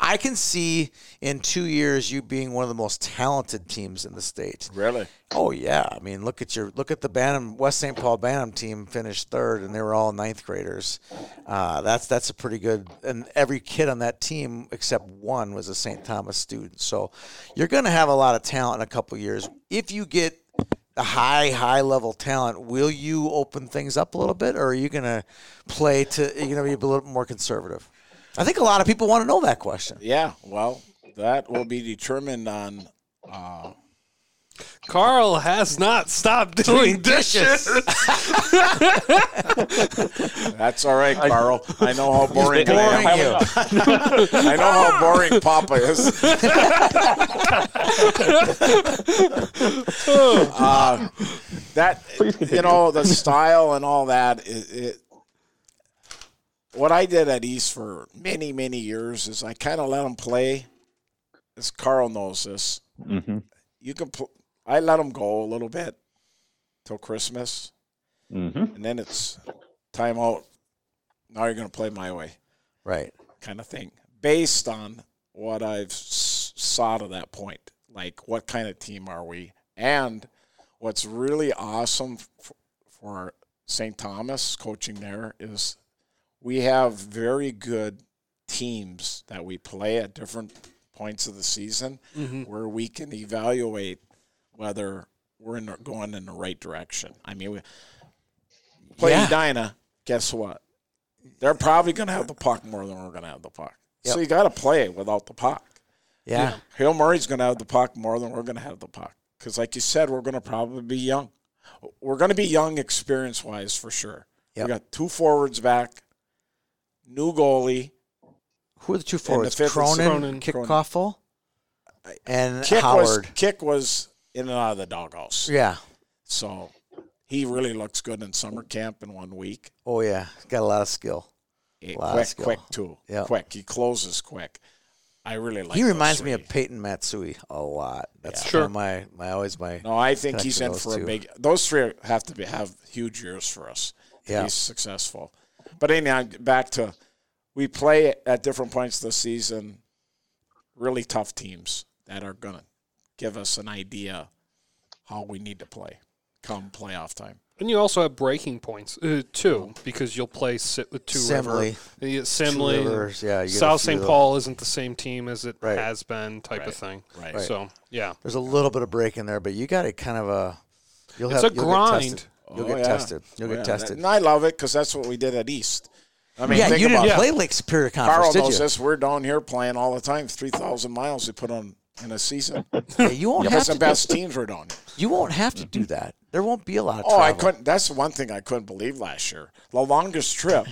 Speaker 3: I can see in two years you being one of the most talented teams in the state.
Speaker 6: Really?
Speaker 3: Oh yeah, I mean look at your look at the Bantam West St. Paul Bantam team finished third, and they were all ninth graders. Uh, that's that's a pretty good, and every kid on that team except one was a St. Thomas student. So you're going to have a lot of talent in a couple years if you get the high high level talent. Will you open things up a little bit, or are you going to play to you going to be a little more conservative? I think a lot of people want to know that question.
Speaker 4: Yeah, well, that will be determined on. Uh,
Speaker 5: Carl has not stopped doing dishes.
Speaker 4: that's all right, Carl. I know how boring I
Speaker 3: Boring
Speaker 4: am.
Speaker 3: you.
Speaker 4: I know how boring Papa is. uh, that you know the style and all that. It, it, what I did at East for many many years is I kind of let them play. As Carl knows this,
Speaker 1: Mm-hmm.
Speaker 4: you can. Pl- I let them go a little bit till Christmas,
Speaker 1: Mm-hmm.
Speaker 4: and then it's time out. Now you're going to play my way
Speaker 3: Right.
Speaker 4: kind of thing based on what I've s- saw to that point. Like, what kind of team are we? And what's really awesome f- for St. Thomas coaching there is we have very good teams that we play at different points of the season
Speaker 3: Mm-hmm.
Speaker 5: Mhm.
Speaker 4: where we can evaluate whether we're in, the- going in the right direction. I mean, we play
Speaker 3: Yeah.
Speaker 4: Edina, guess what? They're probably going to have the puck more than we're going to have the puck. So
Speaker 3: Yep.
Speaker 4: you got to play without the puck.
Speaker 3: Yeah.
Speaker 4: Hill Murray's going to have the puck more than we're going to have the puck. Because, like you said, we're going to probably be young. We're going to be young experience wise for sure.
Speaker 3: Yep.
Speaker 4: We got two forwards back, new goalie.
Speaker 3: Who are the two
Speaker 4: the
Speaker 3: forwards?
Speaker 4: fifth is
Speaker 3: Cronin,
Speaker 5: Cronin.
Speaker 3: Kickoffel, and
Speaker 4: Kick was,
Speaker 3: Uh, Howard.
Speaker 4: Kick was in and out of the doghouse.
Speaker 3: Yeah.
Speaker 4: So he really looks good in summer camp in one week.
Speaker 3: Oh yeah, got a lot of skill.
Speaker 4: Eh,
Speaker 3: Wow,
Speaker 4: quick,
Speaker 3: that's good.
Speaker 4: quick too.
Speaker 3: Yeah.
Speaker 4: Quick. He closes quick. I really like.
Speaker 3: he
Speaker 4: those
Speaker 3: reminds me
Speaker 4: three.
Speaker 3: of Peyton Matsui a lot. That's
Speaker 5: Sure.
Speaker 3: one of my my always my
Speaker 4: No, I think
Speaker 3: Connect
Speaker 4: he's
Speaker 3: to
Speaker 4: in
Speaker 3: those
Speaker 4: for
Speaker 3: two.
Speaker 4: a big. Those three have to be, have huge years for us. if
Speaker 3: Yeah.
Speaker 4: He's successful. But anyhow, back to we play at different points this season. Really tough teams that are gonna give us an idea how we need to play come playoff time.
Speaker 5: And you also have breaking points uh, too, because you'll play si- uh, two
Speaker 3: Simley.
Speaker 5: river, yeah,
Speaker 3: two
Speaker 5: Simley,
Speaker 3: rivers. Yeah, you get a
Speaker 5: South
Speaker 3: few
Speaker 5: St.
Speaker 3: of those.
Speaker 5: Paul isn't the same team as it
Speaker 3: Right.
Speaker 5: has been, type of thing.
Speaker 4: Right.
Speaker 5: So yeah,
Speaker 3: There's a little bit of break in there, but you got it kind of a. You'll
Speaker 5: It's
Speaker 3: have
Speaker 5: a
Speaker 3: you'll
Speaker 5: grind.
Speaker 3: Get tested. You'll
Speaker 4: Oh,
Speaker 3: get
Speaker 4: yeah.
Speaker 3: tested. You'll
Speaker 4: Yeah,
Speaker 3: get
Speaker 4: that-
Speaker 3: tested.
Speaker 4: and I love it because that's what we did at East. I mean,
Speaker 3: yeah,
Speaker 4: think
Speaker 3: you
Speaker 4: about
Speaker 3: didn't
Speaker 4: it.
Speaker 5: Yeah.
Speaker 3: play Lake Superior Conference,
Speaker 4: Carl knows
Speaker 3: did you?
Speaker 4: this. We're down here playing all the time. Three thousand miles we put on in a season.
Speaker 3: Yeah, you won't have
Speaker 4: That's
Speaker 3: to.
Speaker 4: the best teams we're down. Here.
Speaker 3: You won't have to do that. There won't be a lot of.
Speaker 4: Oh, I
Speaker 3: travel.
Speaker 4: couldn't. That's the one thing I couldn't believe last year. The longest trip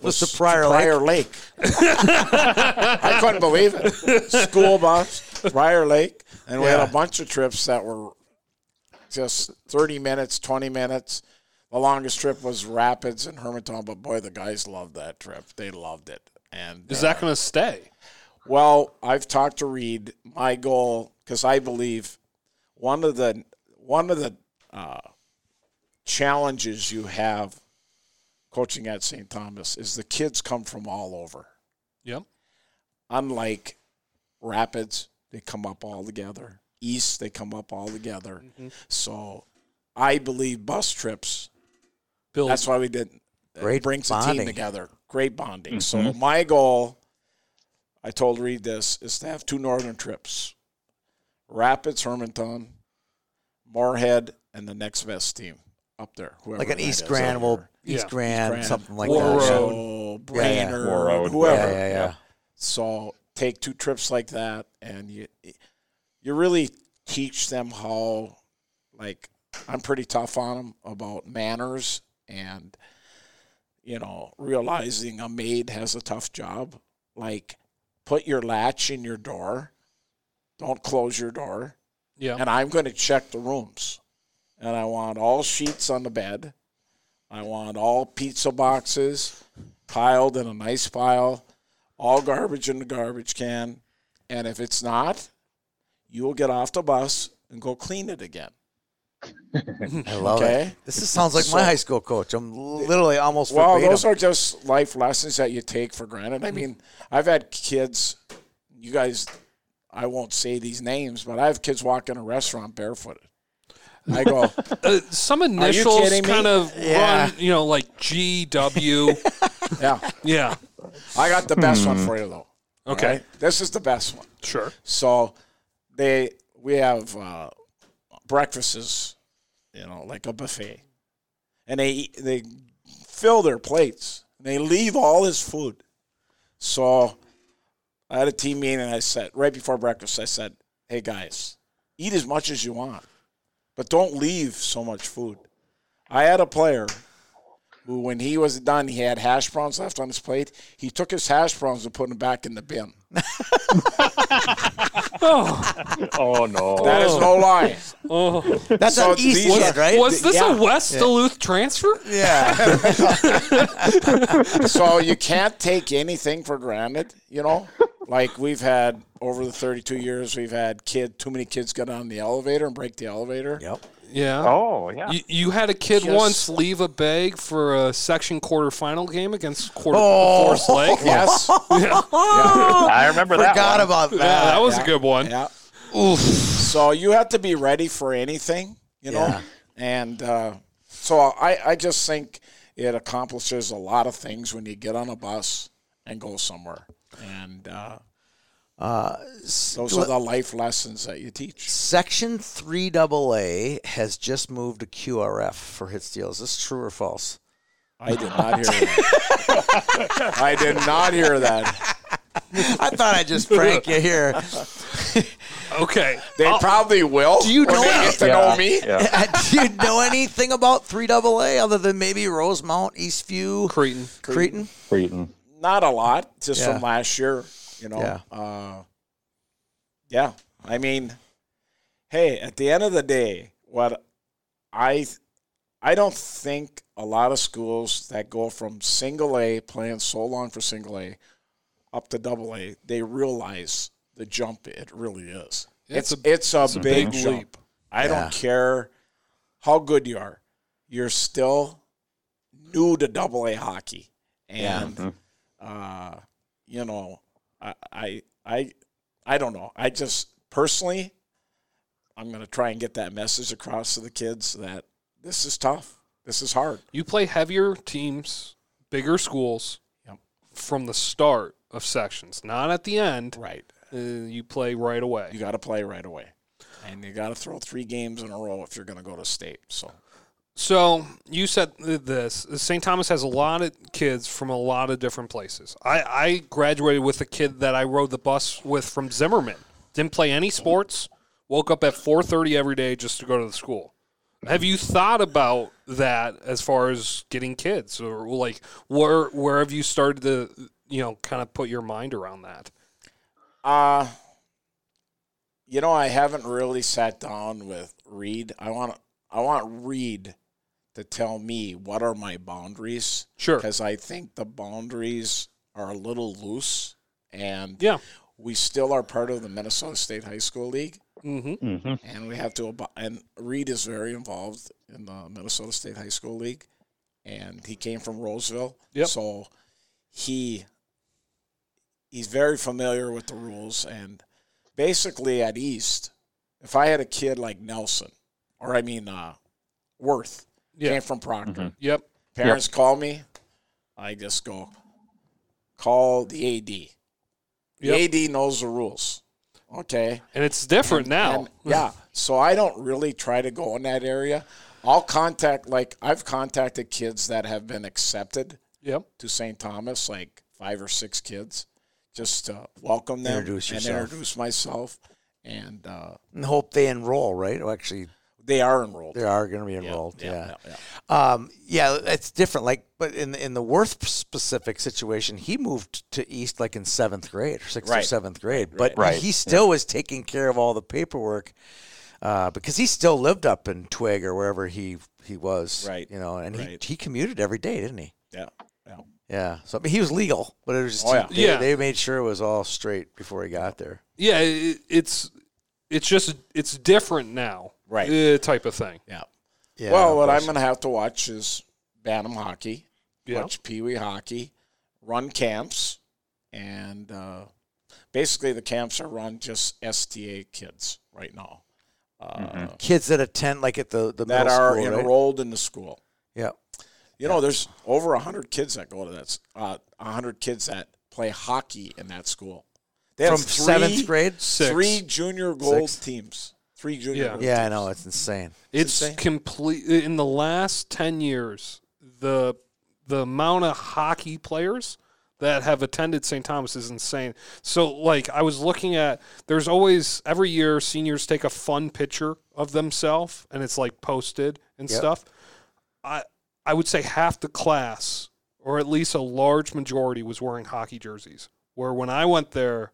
Speaker 3: Was to Prior Lake.
Speaker 4: Lake. I couldn't believe it. School bus, Prior Lake, and we had
Speaker 3: Yeah.
Speaker 4: a bunch of trips that were just thirty minutes, twenty minutes. The longest trip was Rapids and Hermiton, but boy, the guys loved that trip. They loved it. And
Speaker 5: is
Speaker 4: uh,
Speaker 5: that going to stay?
Speaker 4: Well, I've talked to Reed. My goal, because I believe one of the one of the uh, challenges you have coaching at St. Thomas is the kids come from all over.
Speaker 5: Yep.
Speaker 4: Unlike Rapids, they come up all together. East, they come up all together. So, I believe bus trips.
Speaker 5: Bill,
Speaker 4: That's why we did
Speaker 3: Great
Speaker 4: it brings the
Speaker 3: bonding. Mm-hmm.
Speaker 4: team together. Great bonding. So my goal, I told Reed this, is to have two northern trips: Rapids, Hermantown, Moorhead, and the next best team up there. Whoever
Speaker 3: Like an
Speaker 4: that
Speaker 3: East
Speaker 4: is
Speaker 3: Grand,
Speaker 4: out
Speaker 3: will
Speaker 4: here.
Speaker 3: East
Speaker 5: Yeah.
Speaker 3: Grand,
Speaker 4: Grand,
Speaker 3: something like
Speaker 5: War
Speaker 3: that. yeah.
Speaker 5: Road.
Speaker 4: Warroad,
Speaker 3: Yeah, yeah.
Speaker 4: Brainerd,
Speaker 1: Warroad,
Speaker 4: whoever.
Speaker 3: Yeah, yeah, yeah.
Speaker 4: So take two trips like that, and you you really teach them how. Like I'm pretty tough on them about manners and you know realizing a maid has a tough job. Like put your latch in your door, don't close your door,
Speaker 5: yeah,
Speaker 4: and I'm going to check the rooms, and I want all sheets on the bed. I want all pizza boxes piled in a nice pile, all garbage in the garbage can. And if it's not, you will get off the bus and go clean it again.
Speaker 3: I love
Speaker 4: Okay.
Speaker 3: it. This is, sounds like my
Speaker 4: So-
Speaker 3: high school coach. I'm literally almost
Speaker 4: Well,
Speaker 3: verbatim.
Speaker 4: those are just life lessons that you take for granted. I mean, I've had kids, you guys, I won't say these names, but I have kids walk in a restaurant barefooted. I go,
Speaker 5: Uh, some initials
Speaker 4: kidding me?
Speaker 5: kind of
Speaker 3: Yeah.
Speaker 5: run, you know, like GW.
Speaker 4: yeah,
Speaker 5: yeah.
Speaker 4: I got the best one for you though.
Speaker 5: Okay.
Speaker 4: right? This is the best one.
Speaker 5: Sure.
Speaker 4: So they we have uh, breakfasts, you know, like a buffet, and they eat- they fill their plates. They leave all this food. So I had a team meeting, and I said right before breakfast, I said, "Hey guys, eat as much as you want, but don't leave so much food." I had a player who, when he was done, he had hash browns left on his plate. He took his hash browns and put them back in the bin.
Speaker 5: Oh,
Speaker 1: Oh no.
Speaker 4: That is no lie.
Speaker 5: oh.
Speaker 3: That's
Speaker 4: so
Speaker 3: an East
Speaker 4: these
Speaker 3: kid,
Speaker 4: are-
Speaker 3: right?
Speaker 5: was this
Speaker 4: yeah.
Speaker 5: a West Duluth transfer?
Speaker 3: yeah.
Speaker 4: so you can't take anything for granted, you know? Like we've had over the 32 years, we've had kid too many kids get on the elevator and break the elevator.
Speaker 3: yep.
Speaker 5: Yeah.
Speaker 1: Oh yeah.
Speaker 5: You, you had a kid
Speaker 4: Just-
Speaker 5: once leave a bag for a section quarterfinal game against quarter
Speaker 3: Oh.
Speaker 5: Forest Lake.
Speaker 4: Yes.
Speaker 5: Yeah.
Speaker 1: I remember that.
Speaker 3: Forgot
Speaker 1: one.
Speaker 3: about
Speaker 5: Yeah,
Speaker 3: that.
Speaker 5: that was a good one.
Speaker 4: yeah. So you have to be ready for anything, you know?
Speaker 3: Yeah.
Speaker 4: And uh, so I, I just think it accomplishes a lot of things when you get on a bus and go somewhere. And uh,
Speaker 3: Uh,
Speaker 4: those are the life lessons that you teach.
Speaker 3: Section 3 AA has just moved to QRF for hit steals. Is this true or false?
Speaker 4: I did not hear that. I did not hear that.
Speaker 3: I thought I'd just prank you here.
Speaker 5: Okay.
Speaker 4: They probably will.
Speaker 3: Oh. Do you
Speaker 4: when
Speaker 3: know
Speaker 4: they
Speaker 3: any-
Speaker 4: get to
Speaker 1: Yeah,
Speaker 4: know me?
Speaker 1: yeah.
Speaker 3: Do you know anything about 3 AA other than maybe Rosemount, Eastview,
Speaker 5: Creighton.
Speaker 3: Creighton?
Speaker 1: Creighton.
Speaker 4: Not a lot, just
Speaker 3: Yeah.
Speaker 4: from last year. You know.
Speaker 3: Yeah.
Speaker 4: Uh, yeah. I mean, hey, at the end of the day, what I I don't think a lot of schools that go from single A playing so long for single A up to double A, they realize the jump it really is.
Speaker 5: It's
Speaker 4: It's
Speaker 5: a-
Speaker 4: it's a, big,
Speaker 1: big jump.
Speaker 4: leap. I
Speaker 3: Yeah.
Speaker 4: don't care how good you are. You're still new to double A hockey. And uh, you know, I, I I I don't know. I just personally I'm gonna try and get that message across to the kids that this is tough. This is hard.
Speaker 5: You play heavier teams, bigger schools
Speaker 4: Yep.
Speaker 5: from the start of sections, not at the end.
Speaker 4: Right.
Speaker 5: Uh, you play right
Speaker 4: You
Speaker 5: away.
Speaker 4: gotta play right away. And you gotta throw three games in a row if you're gonna go to state. So
Speaker 5: So you said this St. Thomas has a lot of kids from a lot of different places. I, I graduated with a kid that I rode the bus with from Zimmerman. Didn't play any sports. Woke up at 4:30 every day just to go to the school. Have you thought about that as far as getting kids or like where where have you started to you know kind of put your mind around that?
Speaker 4: Uh you know, I haven't really sat down with Reed. I want I want Reed to tell me what are my boundaries
Speaker 5: Sure.
Speaker 4: because I think the boundaries are a little loose and
Speaker 5: Yeah.
Speaker 4: we still are part of the Minnesota State High School League
Speaker 5: Mm-hmm.
Speaker 1: Mm-hmm.
Speaker 4: and we have to ab- and Reed is very involved in the Minnesota State High School League, and he came from Roseville,
Speaker 5: Yep.
Speaker 4: so he he's very familiar with the rules. And basically, at East, if I had a kid like Nelson, or I mean uh, Worth,
Speaker 5: Yeah.
Speaker 4: came from Proctor,
Speaker 5: Yep.
Speaker 4: parents call me, I just go call the AD. The
Speaker 5: Yep.
Speaker 4: AD knows the rules. Okay.
Speaker 5: And it's different now.
Speaker 4: And, yeah. So I don't really try to go in that area. I'll contact like I've contacted kids that have been accepted
Speaker 5: Yep.
Speaker 4: to St. Thomas, like five or six kids, just to welcome them
Speaker 3: Introduce
Speaker 4: and
Speaker 3: yourself.
Speaker 4: introduce myself. And uh,
Speaker 3: And hope they enroll, right? Well, actually,
Speaker 4: they are enrolled.
Speaker 3: they are going to be enrolled. Yeah.
Speaker 4: yeah.
Speaker 3: Um, yeah, it's different. Like, but in in the Worth specific situation, he moved to East like in seventh grade or sixth or
Speaker 4: Right.
Speaker 3: seventh grade, but
Speaker 1: Right.
Speaker 3: he still was taking care of all the paperwork uh, because he still lived up in Twig or wherever he he was.
Speaker 4: Right.
Speaker 3: You know, and
Speaker 4: Right.
Speaker 3: he he commuted every day, didn't he?
Speaker 4: yeah. yeah.
Speaker 3: Yeah. So I mean, he was legal, but it was just
Speaker 4: Oh, yeah.
Speaker 3: they,
Speaker 5: Yeah.
Speaker 3: they made sure it was all straight before he got there.
Speaker 5: yeah it, it's it's just it's different now
Speaker 4: Right.
Speaker 5: eh, type of thing.
Speaker 4: Yeah.
Speaker 3: Yeah,
Speaker 4: well, what
Speaker 3: of
Speaker 4: I'm
Speaker 3: course.
Speaker 4: going to have to watch is Bantam hockey,
Speaker 5: Yeah.
Speaker 4: watch Pee Wee hockey, run camps, and uh, basically the camps are run just STA kids right now uh,
Speaker 3: kids that attend like at the the
Speaker 4: that
Speaker 3: middle
Speaker 4: are
Speaker 3: school, right?
Speaker 4: enrolled in the school.
Speaker 3: Yeah,
Speaker 4: You know, there's over hundred kids that go to that. s- Uh, hundred kids that play hockey in that school. They
Speaker 3: from
Speaker 4: have three-
Speaker 3: seventh grade.
Speaker 5: Six.
Speaker 4: three junior gold
Speaker 3: Six.
Speaker 4: teams. Three junior.
Speaker 5: Yeah.
Speaker 4: gold
Speaker 3: Yeah, I
Speaker 4: teams.
Speaker 3: know it's insane.
Speaker 5: It's complete in the last ten years. The the amount of hockey players that have attended St. Thomas is insane. So, like, I was looking at there's always every year seniors take a fun picture of themselves, and it's like posted and
Speaker 3: Yep.
Speaker 5: stuff. I I would say half the class, or at least a large majority, was wearing hockey jerseys. Where when I went there,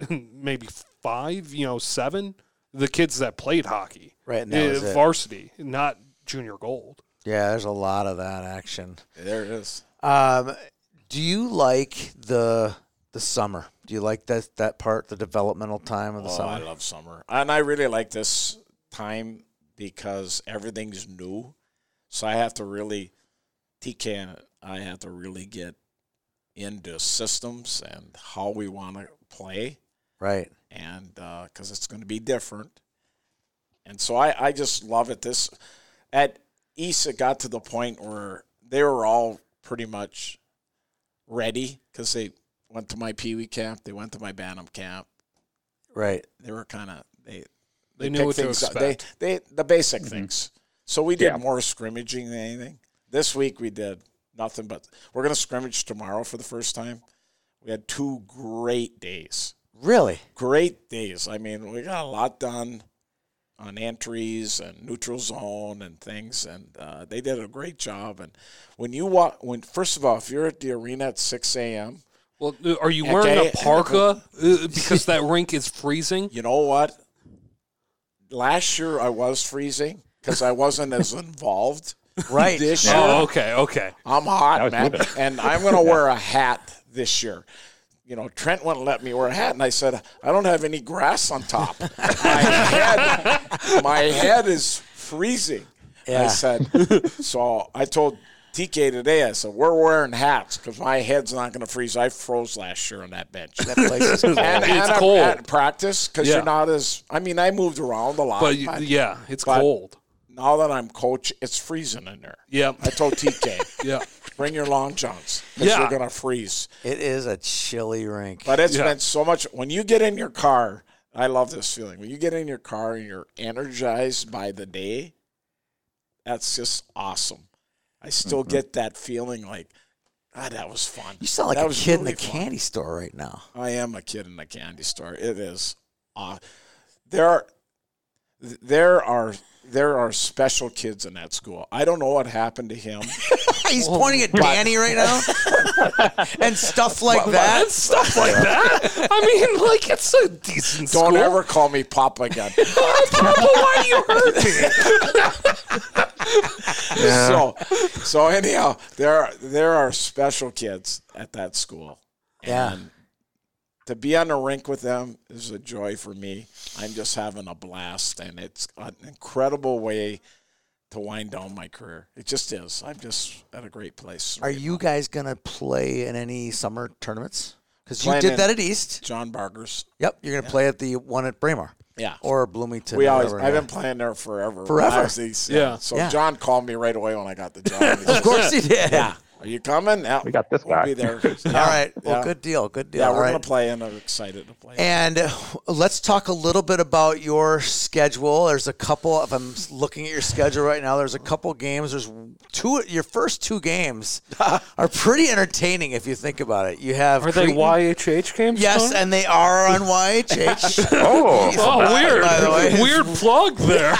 Speaker 5: maybe five, you know, seven, the kids that played hockey
Speaker 3: Right, and that was
Speaker 5: uh,
Speaker 3: it.
Speaker 5: varsity, not junior gold.
Speaker 3: Yeah, there's a lot of that action.
Speaker 4: There it is.
Speaker 3: Um, do you like the the summer? Do you like that that part, the developmental time of the
Speaker 4: Oh, I
Speaker 3: summer?
Speaker 4: love summer, and I really like this time because everything's new. So I have to really, TK, I have to really get into systems and how we want to play.
Speaker 3: Right.
Speaker 4: and because it's going to be different. And so I, I just love it. This at East, it got to the point where they were all pretty much ready because they went to my Pee Wee camp, they went to my Bantam camp.
Speaker 3: Right.
Speaker 4: They were kind of they
Speaker 5: They knew what to
Speaker 4: picked things up.
Speaker 5: expect. Mm-hmm.
Speaker 4: They they the basic things. So we did
Speaker 1: Yeah.
Speaker 4: more scrimmaging than anything. This week we did nothing but we're going to scrimmage tomorrow for the first time. We had two great days
Speaker 3: Really?
Speaker 4: great days. I mean, we got a lot done on entries and neutral zone and things, and uh, they did a great job. And when you walk, when first of all, if you're at the arena at 6 a.m.,
Speaker 5: Well, uh, are you wearing
Speaker 4: Okay,
Speaker 5: a
Speaker 4: and-
Speaker 5: parka uh, because that rink is freezing?
Speaker 4: you know what? Last year I was freezing because I wasn't as involved.
Speaker 3: Right.
Speaker 4: This year
Speaker 5: Oh, okay, okay.
Speaker 4: I'm hot,
Speaker 1: was
Speaker 4: man,
Speaker 1: good.
Speaker 4: and I'm going to wear a hat this year. You know, Trent wouldn't let me wear a hat, and I said, "I don't have any grass on top. my head, my head is freezing." I
Speaker 3: Yeah.
Speaker 4: said, "So I told TK today. I said we're wearing hats because my head's not going to freeze. I froze last year on that bench."
Speaker 3: That place is cold.
Speaker 4: And,
Speaker 5: It's
Speaker 4: and I'm
Speaker 5: cold.
Speaker 4: at practice because
Speaker 5: Yeah.
Speaker 4: you're not as. I mean, I moved around a lot.
Speaker 5: But you-
Speaker 4: I-
Speaker 5: yeah, it's
Speaker 4: but-
Speaker 5: cold.
Speaker 4: now that I'm coach, it's freezing in there.
Speaker 5: Yep.
Speaker 4: I told TK.
Speaker 5: Yeah.
Speaker 4: Bring your long johns because
Speaker 5: Yeah.
Speaker 4: you're gonna freeze.
Speaker 3: it is a chilly rink.
Speaker 4: But it's
Speaker 5: Yeah.
Speaker 4: been so much. When you get in your car, I love this feeling. When you get in your car and you're energized by the day, that's just awesome. I still get that feeling like, ah, that was fun.
Speaker 3: you sound like
Speaker 4: That
Speaker 3: a
Speaker 4: was
Speaker 3: kid in
Speaker 4: really
Speaker 3: the
Speaker 4: fun.
Speaker 3: candy store right now.
Speaker 4: I am a kid in a candy store. It is. aw there are there are there are special kids in that school. I don't know what happened to him.
Speaker 3: He's pointing at Danny right now, and stuff like that.
Speaker 5: stuff like that. I mean, like it's a decent
Speaker 4: Don't
Speaker 5: school.
Speaker 4: ever call me Papa again.
Speaker 5: Papa, why do you hurt me?
Speaker 4: So, so anyhow, there are, there are special kids at that school.
Speaker 3: Yeah.
Speaker 4: And to be on the rink with them is a joy for me. I'm just having a blast, and it's an incredible way to wind down my career. It just is. I'm just at a great place.
Speaker 3: Are you guys gonna play in any summer tournaments? Because you
Speaker 4: Playing
Speaker 3: did
Speaker 4: in-
Speaker 3: that at East.
Speaker 4: John Barger's?
Speaker 3: Yep, you're gonna play at the one at Braemar
Speaker 4: Yeah.
Speaker 3: or Bloomington.
Speaker 4: we
Speaker 3: or
Speaker 4: always.
Speaker 3: whatever.
Speaker 4: I've been playing there forever.
Speaker 3: Forever.
Speaker 4: I was these-
Speaker 5: Yeah.
Speaker 4: So
Speaker 3: Yeah.
Speaker 4: John called me right away when I got the job. He
Speaker 3: Of
Speaker 4: says,
Speaker 3: course you did.
Speaker 4: Yeah. Are you coming? Yeah,
Speaker 1: We got this
Speaker 4: we'll
Speaker 1: guy.
Speaker 4: Be there.
Speaker 3: All right. Well,
Speaker 4: Yeah.
Speaker 3: good deal. Good deal.
Speaker 4: Yeah,
Speaker 3: All
Speaker 4: we're
Speaker 3: right.
Speaker 4: gonna play, and I'm excited to play.
Speaker 3: And uh, let's talk a little bit about your schedule. There's a couple. If I'm looking at your schedule right now, there's a couple games. There's two. Your first two games are pretty entertaining if you think about it. You have Creighton-
Speaker 5: YHH games?
Speaker 3: Yes, and they are on YHH.
Speaker 1: Oh,
Speaker 5: Oh, weird!
Speaker 3: By the way.
Speaker 5: Weird plug there.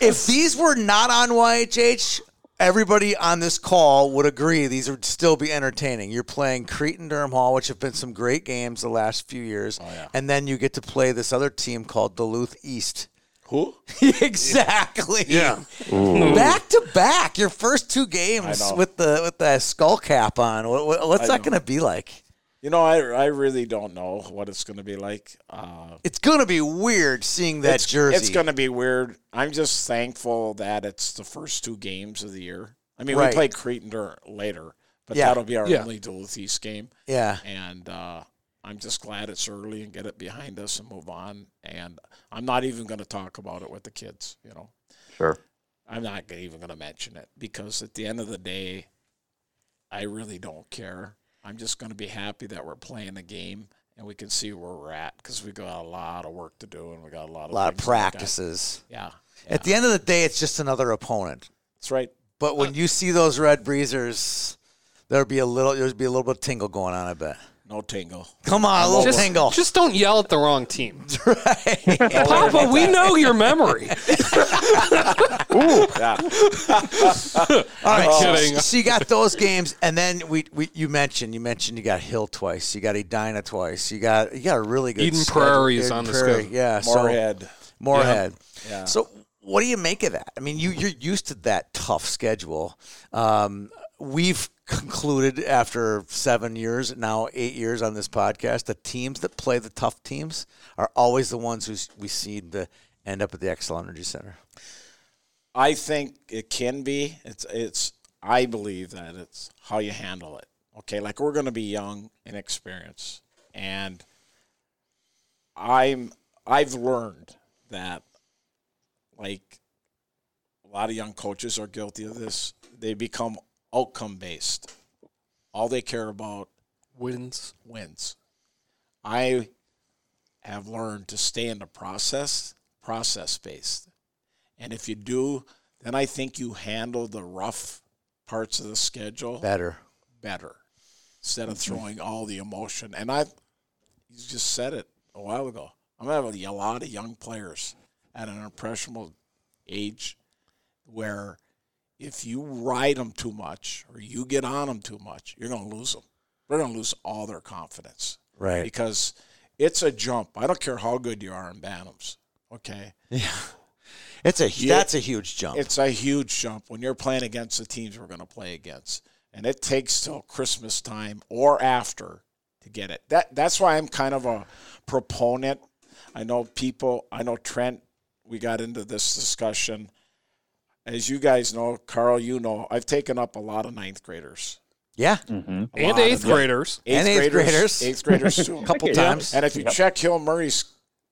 Speaker 3: if these were not on YHH, everybody on this call would agree these would still be entertaining. You're playing Creighton Durham Hall, which have been some great games the last few years,
Speaker 4: Oh,
Speaker 3: and then you get to play this other team called Duluth East.
Speaker 4: Who?
Speaker 3: exactly.
Speaker 5: yeah.
Speaker 3: Back to back, your first two games
Speaker 4: I know.
Speaker 3: with the with the skull cap on. What, what, what's that going to be like?
Speaker 4: You know, I, I really don't know what it's going to be like. Uh,
Speaker 3: It's gonna be weird seeing that
Speaker 4: it's,
Speaker 3: jersey.
Speaker 4: It's going to be weird. I'm just thankful that it's the first two games of the year. I mean,
Speaker 3: Right.
Speaker 4: we play Creighton dur- later, but
Speaker 3: Yeah.
Speaker 4: that'll be our
Speaker 5: Yeah.
Speaker 4: only Duluth East game.
Speaker 3: yeah.
Speaker 4: And uh, I'm just glad it's early and get it behind us and move on. And I'm not even going to talk about it with the kids, you know.
Speaker 1: Sure.
Speaker 4: I'm not gonna- even going to mention it because at the end of the day, I really don't care. I'm just going to be happy that we're playing a game and we can see where we're at because we got a lot of work to do and we got a lot of
Speaker 3: A lot of
Speaker 4: things we got-
Speaker 3: practices.
Speaker 4: Yeah,
Speaker 3: At the end of the day, it's just another opponent.
Speaker 4: that's right.
Speaker 3: But when you see those red breezers, there'll be a little there'll be a little bit of tingle going on, I bet.
Speaker 4: No tingle.
Speaker 3: Come on, a little
Speaker 5: Just,
Speaker 3: tingle.
Speaker 5: just don't yell at the wrong team.
Speaker 3: Right.
Speaker 5: Papa, we know your memory.
Speaker 3: All right, so-
Speaker 5: kidding.
Speaker 3: So you got those games, and then we, we you mentioned you mentioned you got Hill twice, you got Edina twice, you got you got a really good
Speaker 5: Eden
Speaker 3: schedule.
Speaker 5: Prairie is
Speaker 3: Eden
Speaker 5: on the schedule.
Speaker 3: Yeah,
Speaker 4: Moorhead.
Speaker 3: so Moorhead. So what do you make of that? I mean, you you're used to that tough schedule. Um, we've concluded after seven years, now eight years on this podcast, the teams that play the tough teams are always the ones who s- we seem to end up at the XL Energy Center.
Speaker 4: I think it can be. It's it's. I believe that it's how you handle it. Okay, like we're going to be young and experienced, and I'm I've learned that like a lot of young coaches are guilty of this. They become outcome based. All they care about
Speaker 5: Wins.
Speaker 4: wins. I have learned to stay in the process, process based. And if you do, then I think you handle the rough parts of the schedule
Speaker 3: Better.
Speaker 4: better instead of throwing all the emotion. And I, you just said it a while ago. I'm having a lot of young players at an impressionable age where if you ride them too much or you get on them too much, you're going to lose them. They're going to lose all their confidence
Speaker 3: Right.
Speaker 4: because it's a jump. I don't care how good you are in Bantams. Okay.
Speaker 3: It's a
Speaker 4: Yeah.
Speaker 3: that's a huge jump.
Speaker 4: It's a huge jump when you're playing against the teams we're going to play against, and it takes till Christmas time or after to get it. That that's why I'm kind of a proponent. I know people. I know Trent. We got into this discussion. As you guys know, Carl, you know, I've taken up a lot of ninth graders,
Speaker 3: yeah.
Speaker 1: Mm-hmm.
Speaker 4: A
Speaker 5: And
Speaker 4: lot of
Speaker 5: eighth graders.
Speaker 3: And eighth graders.
Speaker 4: eighth graders too.
Speaker 3: A couple
Speaker 1: Yeah.
Speaker 3: times.
Speaker 4: And if you check Hill Murray's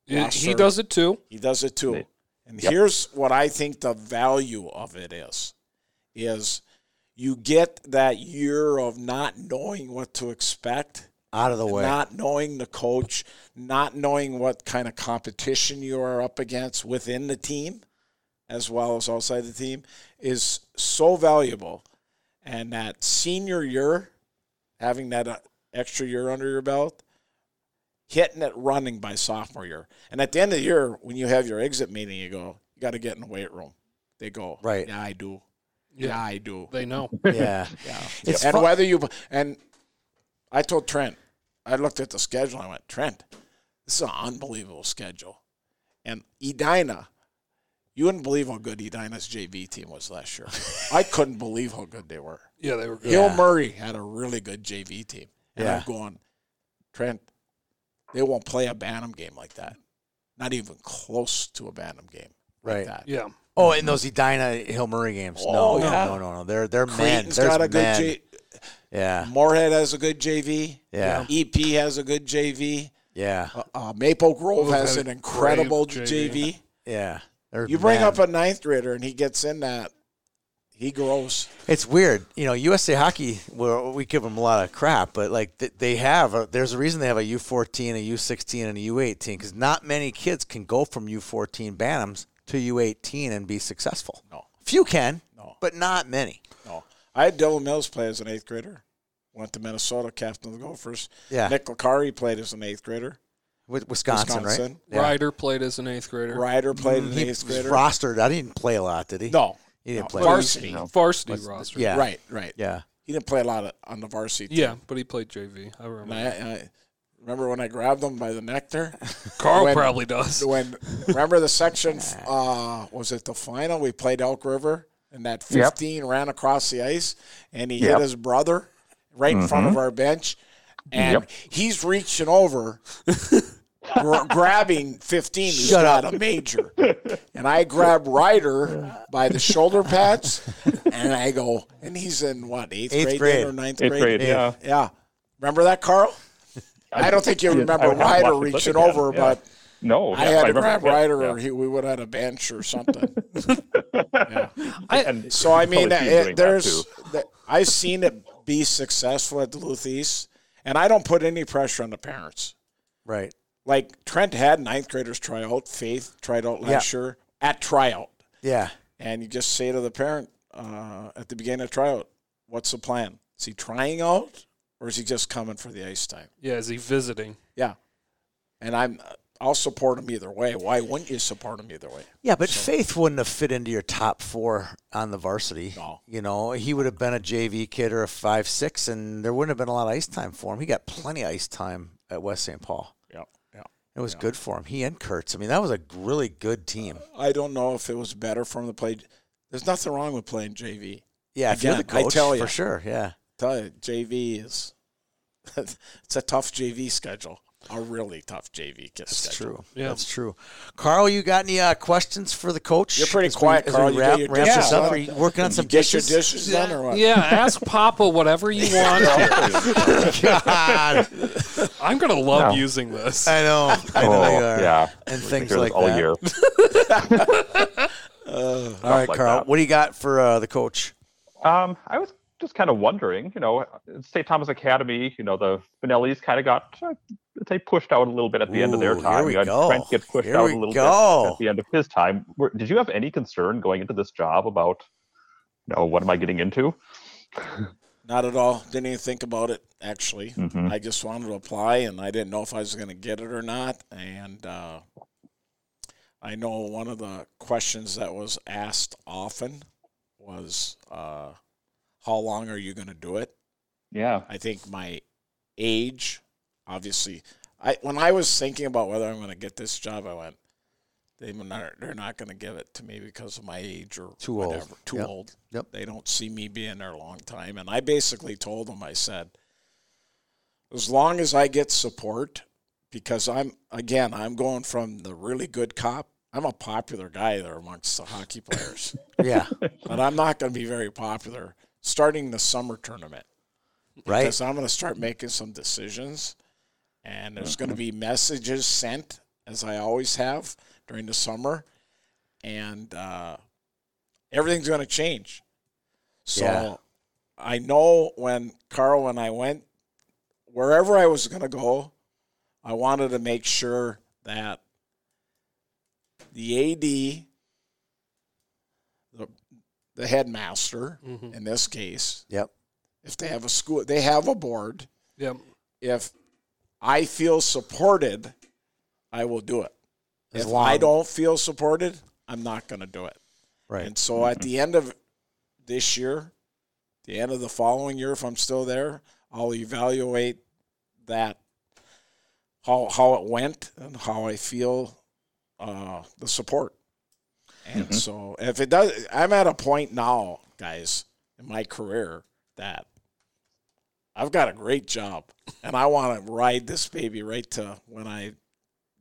Speaker 5: Yeah,
Speaker 4: roster,
Speaker 5: He does it too.
Speaker 4: he does it too.
Speaker 1: Right.
Speaker 4: And here's what I think the value of it is is you get that year of not knowing what to expect,
Speaker 3: Out of the way.
Speaker 4: not knowing the coach, not knowing what kind of competition you are up against within the team as well as outside the team is so valuable. And that senior year, having that uh, extra year under your belt, hitting it running by sophomore year. And at the end of the year, when you have your exit meeting, you go, you got to get in the weight room. They go,
Speaker 3: Right.
Speaker 4: Yeah, I do.
Speaker 5: Yeah.
Speaker 4: Yeah, I do.
Speaker 5: They know.
Speaker 3: yeah.
Speaker 4: Yeah.
Speaker 3: It's
Speaker 4: and
Speaker 3: fu-
Speaker 4: whether you and I told Trent, I looked at the schedule. And I went, Trent, this is an unbelievable schedule. And Edina, you wouldn't believe how good Edina's JV team was last year. I couldn't believe how good they were.
Speaker 5: Yeah, they were good.
Speaker 4: Hill Murray had a really good JV team, and
Speaker 3: Yeah.
Speaker 4: I'm going, Trent, they won't play a Bantam game like that. Not even close to a Bantam game
Speaker 3: Right.
Speaker 4: like that.
Speaker 5: Yeah.
Speaker 3: Oh, in those Edina Hill Murray games.
Speaker 4: Oh,
Speaker 3: no,
Speaker 4: yeah.
Speaker 3: no, no, no. They're they're men.
Speaker 4: Creighton's
Speaker 3: There's
Speaker 4: got a good
Speaker 3: men.
Speaker 4: J.
Speaker 3: yeah.
Speaker 4: Moorhead has a good JV.
Speaker 3: Yeah.
Speaker 4: EP has a good JV.
Speaker 3: Yeah.
Speaker 4: Uh, uh, Maple Grove
Speaker 5: Grove
Speaker 4: has
Speaker 5: had
Speaker 4: an
Speaker 5: a
Speaker 4: incredible
Speaker 5: great
Speaker 4: JV.
Speaker 3: Yeah. They're
Speaker 4: You bring
Speaker 3: men.
Speaker 4: up a ninth grader and he gets in that, he grows.
Speaker 3: It's weird, you know. USA Hockey, well, we give them a lot of crap, but like th- they have, a, there's a reason they have a U14, a U16, and a U18 because not many kids can go from U14 Bantams to U18 and be successful.
Speaker 4: No.
Speaker 3: few can,
Speaker 4: No.
Speaker 3: but not many.
Speaker 4: No, I had Dylan Mills play as an eighth grader. Went to Minnesota, captain of the Gophers.
Speaker 3: Yeah.
Speaker 4: Nick Lacari played as an eighth grader.
Speaker 3: Wi- Wisconsin, right?
Speaker 4: Wisconsin.
Speaker 3: Yeah.
Speaker 5: Ryder played as an eighth grader.
Speaker 4: Ryder played
Speaker 5: Mm-hmm.
Speaker 4: as an
Speaker 3: He
Speaker 4: eighth
Speaker 3: was
Speaker 4: grader.
Speaker 3: rostered. I didn't play a lot, did he?
Speaker 4: no,
Speaker 3: he didn't
Speaker 4: no,
Speaker 3: play.
Speaker 5: Varsity.
Speaker 1: No.
Speaker 5: Varsity roster.
Speaker 3: Yeah,
Speaker 4: Right, right.
Speaker 3: yeah.
Speaker 4: He didn't play a lot of, on the varsity. team.
Speaker 5: Yeah, but he played JV. I remember.
Speaker 4: And I, I remember when I grabbed him by the neck there.
Speaker 5: Carl
Speaker 4: when-
Speaker 5: probably does.
Speaker 4: when remember the section uh, was it the final we played Elk River and that
Speaker 1: Yep.
Speaker 4: 15 ran across the ice and he
Speaker 1: Yep. Mm-hmm.
Speaker 4: hit his brother right in front of our bench and
Speaker 1: Yep.
Speaker 4: he's reaching over, gr- grabbing 15. He's
Speaker 3: Shut
Speaker 4: got a major. And I grab Ryder by the shoulder pads, and I go, and he's in what, eighth,
Speaker 3: Eighth
Speaker 4: grade,
Speaker 3: grade.
Speaker 4: then or ninth
Speaker 1: Eighth grade, yeah.
Speaker 4: Yeah. Remember that, Carl? I don't think you
Speaker 1: I
Speaker 4: remember
Speaker 1: would have to
Speaker 4: Ryder
Speaker 1: watch the clip
Speaker 4: reaching
Speaker 1: again,
Speaker 4: over,
Speaker 1: yeah.
Speaker 4: but
Speaker 1: No,
Speaker 4: I
Speaker 1: yeah,
Speaker 4: had to
Speaker 1: remember the
Speaker 4: grab
Speaker 1: clip,
Speaker 4: Ryder,
Speaker 1: yeah.
Speaker 4: or he, we would have had a bench or something.
Speaker 5: I,
Speaker 1: And
Speaker 4: So I
Speaker 1: totally see him doing
Speaker 4: mean, it,
Speaker 1: that,
Speaker 4: there's
Speaker 1: too.
Speaker 4: that I've seen it be successful at Duluth East, and I don't put any pressure on the parents.
Speaker 3: Right.
Speaker 4: Like Trent had ninth graders try out, Faith tried out last year at tryout,
Speaker 3: Yeah.
Speaker 4: and you just say to the parent uh, at the beginning of tryout, "What's the plan? Is he trying out, or is he just coming for the ice time?"
Speaker 5: yeah, is he visiting?
Speaker 4: Yeah, and I'm I'll support him either way. Why wouldn't you support him either way?
Speaker 3: Yeah, but Faith wouldn't have fit into your top four on the varsity.
Speaker 4: No.
Speaker 3: You know, he would have been a JV kid or a five six, and there wouldn't have been a lot of ice time for him. He got plenty of ice time at West St. Paul.
Speaker 4: Yeah, yeah.
Speaker 3: It was good for him. He and Kurtz. I mean, that was a really good team.
Speaker 4: I don't know if it was better for him to play. There's nothing wrong with playing JV.
Speaker 3: Yeah, if you're the
Speaker 4: Again, I
Speaker 3: coach,
Speaker 4: tell ya.
Speaker 3: for sure. Yeah.
Speaker 4: tell you, JV is it's a tough JV schedule. A really tough JV ki-
Speaker 3: That's
Speaker 4: schedule.
Speaker 3: true.
Speaker 5: Yeah.
Speaker 3: That's true. Carl, you got any uh, questions for the coach?
Speaker 4: You're pretty
Speaker 3: as we-
Speaker 4: quiet,
Speaker 3: as
Speaker 4: Carl.
Speaker 3: We
Speaker 4: You
Speaker 3: wrap,
Speaker 4: get your
Speaker 3: wrap
Speaker 4: dishes
Speaker 3: this up.
Speaker 4: done.
Speaker 3: Are you working on some
Speaker 4: Get
Speaker 3: dishes?
Speaker 4: your dishes done or what?
Speaker 5: Yeah, ask Papa whatever you want.
Speaker 3: God,
Speaker 5: I'm gonna love
Speaker 1: No.
Speaker 5: using this.
Speaker 3: I know. I know
Speaker 1: Oh,
Speaker 3: you are.
Speaker 1: yeah.
Speaker 3: And
Speaker 1: I
Speaker 3: things
Speaker 1: hear this
Speaker 3: like
Speaker 1: all
Speaker 3: that.
Speaker 1: year.
Speaker 3: All right,
Speaker 1: like
Speaker 3: Carl.
Speaker 1: that.
Speaker 3: What do you got for uh, the coach?
Speaker 1: Um, I was just kind of wondering, you know, St. Thomas Academy, you know, the Finellis kind of got, uh, they pushed out a little bit at the end of their
Speaker 3: Ooh, here
Speaker 1: time.
Speaker 3: we
Speaker 1: you had
Speaker 3: go.
Speaker 1: Trent get pushed
Speaker 3: Here
Speaker 1: out
Speaker 3: we
Speaker 1: a little
Speaker 3: go.
Speaker 1: bit at the end of his time. Were, did you have any concern going into this job about, you know, what am I getting into?
Speaker 4: Not at all. Didn't even think about it actually.
Speaker 3: Mm-hmm.
Speaker 1: Mhm.
Speaker 4: I just wanted to apply and I didn't know if I was going to get it or not. And uh, I know one of the questions that was asked often was, uh, "How long are you going to do it?"
Speaker 1: Yeah.
Speaker 4: I think my age, obviously. I when I was thinking about whether I'm going to get this job, I went, they not, they're not going to give it to me because of my age or
Speaker 3: Too old.
Speaker 4: whatever. Too
Speaker 3: Yep.
Speaker 4: old.
Speaker 3: Yep.
Speaker 4: They don't see me being there a long time. And I basically told them, I said, as long as I get support, because I'm again, I'm going from the really good cop. I'm a popular guy there amongst the hockey players
Speaker 3: Yeah.
Speaker 4: but I'm not going to be very popular starting the summer tournament.
Speaker 3: Right.
Speaker 4: Because I'm going to start making some decisions, and there's going to be messages sent, as I always have during the summer, and uh, everything's going to change. So
Speaker 3: Yeah.
Speaker 4: I know when Carl and I went, wherever I was going to go, I wanted to make sure that the AD, the, the headmaster
Speaker 5: Mhm.
Speaker 4: in this case,
Speaker 3: yep.
Speaker 4: if they have a school, they have a board.
Speaker 5: Yep.
Speaker 4: If I feel supported, I will do it.
Speaker 3: As
Speaker 4: if
Speaker 3: long-
Speaker 4: I don't feel supported, I'm not going to do it.
Speaker 3: Right.
Speaker 4: And so at the end of this year, the end of the following year, if I'm still there, I'll evaluate that how how it went and how I feel uh, the support. And
Speaker 3: Mm-hmm.
Speaker 4: so if it does, I'm at a point now, guys, in my career that I've got a great job and I want to ride this baby right to when I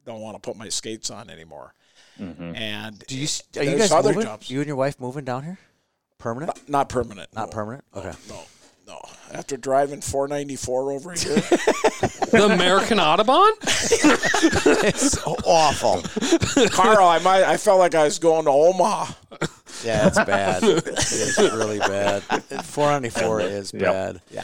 Speaker 4: don't want to put my skates on anymore. mm-hmm.
Speaker 3: Uh, Hmm.
Speaker 1: Mhm.
Speaker 4: And
Speaker 3: Do you? s- Are you
Speaker 4: There's
Speaker 3: guys
Speaker 4: other
Speaker 3: moving?
Speaker 4: jobs.
Speaker 3: You and your wife moving down here? Permanent?
Speaker 4: not permanent,
Speaker 3: Not
Speaker 4: no.
Speaker 3: permanent. Okay.
Speaker 4: No, no. After driving 494 over here,
Speaker 5: The American Audubon?
Speaker 3: it's awful.
Speaker 4: Carl, I might. I felt like I was going to Omaha.
Speaker 3: Yeah, it's bad. it's really bad. 494 is
Speaker 1: Yep.
Speaker 3: bad. Yeah.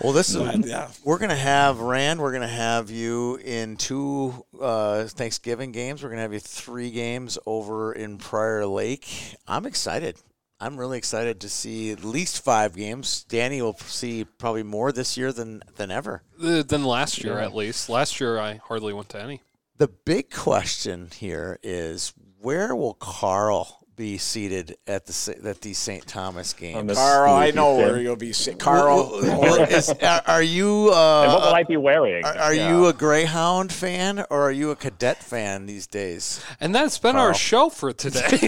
Speaker 3: Well, this is
Speaker 4: Yeah,
Speaker 3: we're gonna have Rand. We're gonna have you in two uh, Thanksgiving games. We're gonna have you three games over in Prior Lake. I'm excited. I'm really excited to see at least five games. Danny will see probably more this year than than ever.
Speaker 5: Uh, Than last year, at least. Last year, I hardly went to any.
Speaker 3: The big question here is where will Carl be seated at the sa- at these St. Thomas games?
Speaker 4: Carl, I
Speaker 1: Spooky
Speaker 4: know where
Speaker 1: thing.
Speaker 4: you'll be. si-
Speaker 3: Well,
Speaker 4: Carl,
Speaker 3: well, well, is- are, are you
Speaker 1: And what will
Speaker 3: uh,
Speaker 1: I be wearing?
Speaker 3: are, are you a Greyhound fan or are you a Cadet fan these days?
Speaker 5: And that's been our show for today.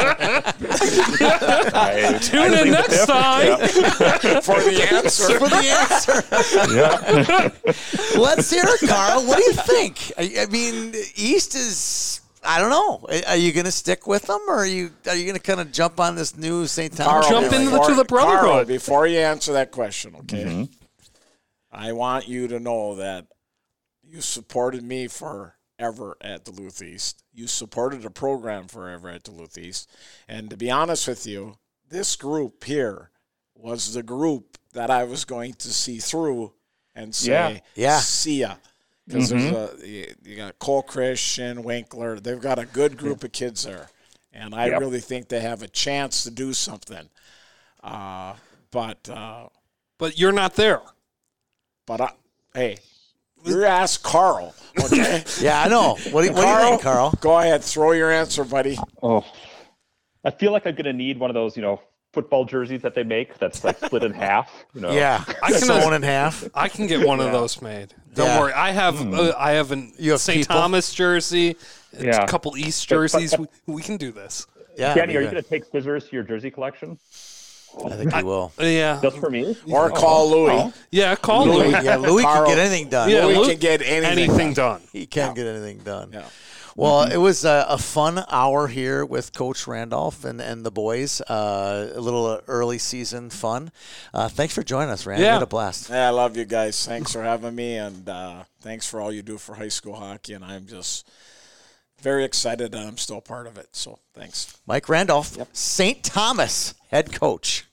Speaker 3: uh,
Speaker 1: I- I
Speaker 5: Tune in
Speaker 1: believe that-
Speaker 5: next time.
Speaker 4: for the answer.
Speaker 3: For the answer,
Speaker 1: Yeah.
Speaker 3: let's hear it, Carl. What do you think? I, I mean, East is. I don't know. Are- Are you going to stick with them, or are you are you going to kind of jump on this new St. Thomas?
Speaker 5: Jump
Speaker 3: rally?
Speaker 5: into the- to the brotherhood.
Speaker 4: Carl, before you answer that question, okay? I want you to know that you supported me forever at Duluth East. You supported the program forever at Duluth East. And to be honest with you, this group here was the group that I was going to see through and say,
Speaker 1: Yeah.
Speaker 3: Yeah. Mm-hmm.
Speaker 4: see ya. Because there's a, you, you got Cole Christian, Winkler. They've got a good group of kids there. And I
Speaker 1: Yep.
Speaker 4: really think they have a chance to do something. Uh, but uh,
Speaker 5: But you're not there.
Speaker 4: but I, hey, you ask Carl. Okay,
Speaker 3: Yeah, I know. What do, you- what do you think, Carl?
Speaker 4: Go ahead, throw your answer, buddy.
Speaker 1: Oh, I feel like I'm gonna need one of those, you know, football jerseys that they make that's like split in half. You know.
Speaker 3: Yeah, I
Speaker 5: can-
Speaker 3: sewn in half.
Speaker 5: I can get one of those made. Don't
Speaker 3: Yeah.
Speaker 5: worry. I have uh, I have an
Speaker 3: You have
Speaker 5: St.
Speaker 3: people?
Speaker 5: Thomas jersey,
Speaker 1: Yeah.
Speaker 5: a couple East jerseys. we, we can do this.
Speaker 3: Yeah,
Speaker 1: Kenny, are you
Speaker 3: I
Speaker 1: gonna take scissors to your jersey collection
Speaker 3: mean, I think you will.
Speaker 5: Yeah.
Speaker 1: just for me?
Speaker 4: Or call Louis.
Speaker 5: Yeah, call
Speaker 4: Louis.
Speaker 5: Louis.
Speaker 3: Oh. Yeah, Louis
Speaker 4: Carl.
Speaker 3: can get anything done.
Speaker 5: Yeah,
Speaker 4: Louis
Speaker 5: Lou-
Speaker 4: can get anything.
Speaker 5: Anything done.
Speaker 3: He can not get anything done.
Speaker 4: Yeah. Mm-hmm.
Speaker 3: Well, it was a, a fun hour here with Coach Randolph and, and the boys. Uh, a little early season fun. Uh, thanks for joining us, Rand. We
Speaker 5: Yeah.
Speaker 3: had a blast.
Speaker 4: Yeah, I love you guys. Thanks for having me, and uh, thanks for all you do for high school hockey. And I'm just very excited that I'm still part of it. So thanks.
Speaker 3: Mike Randolph, St. Thomas head coach.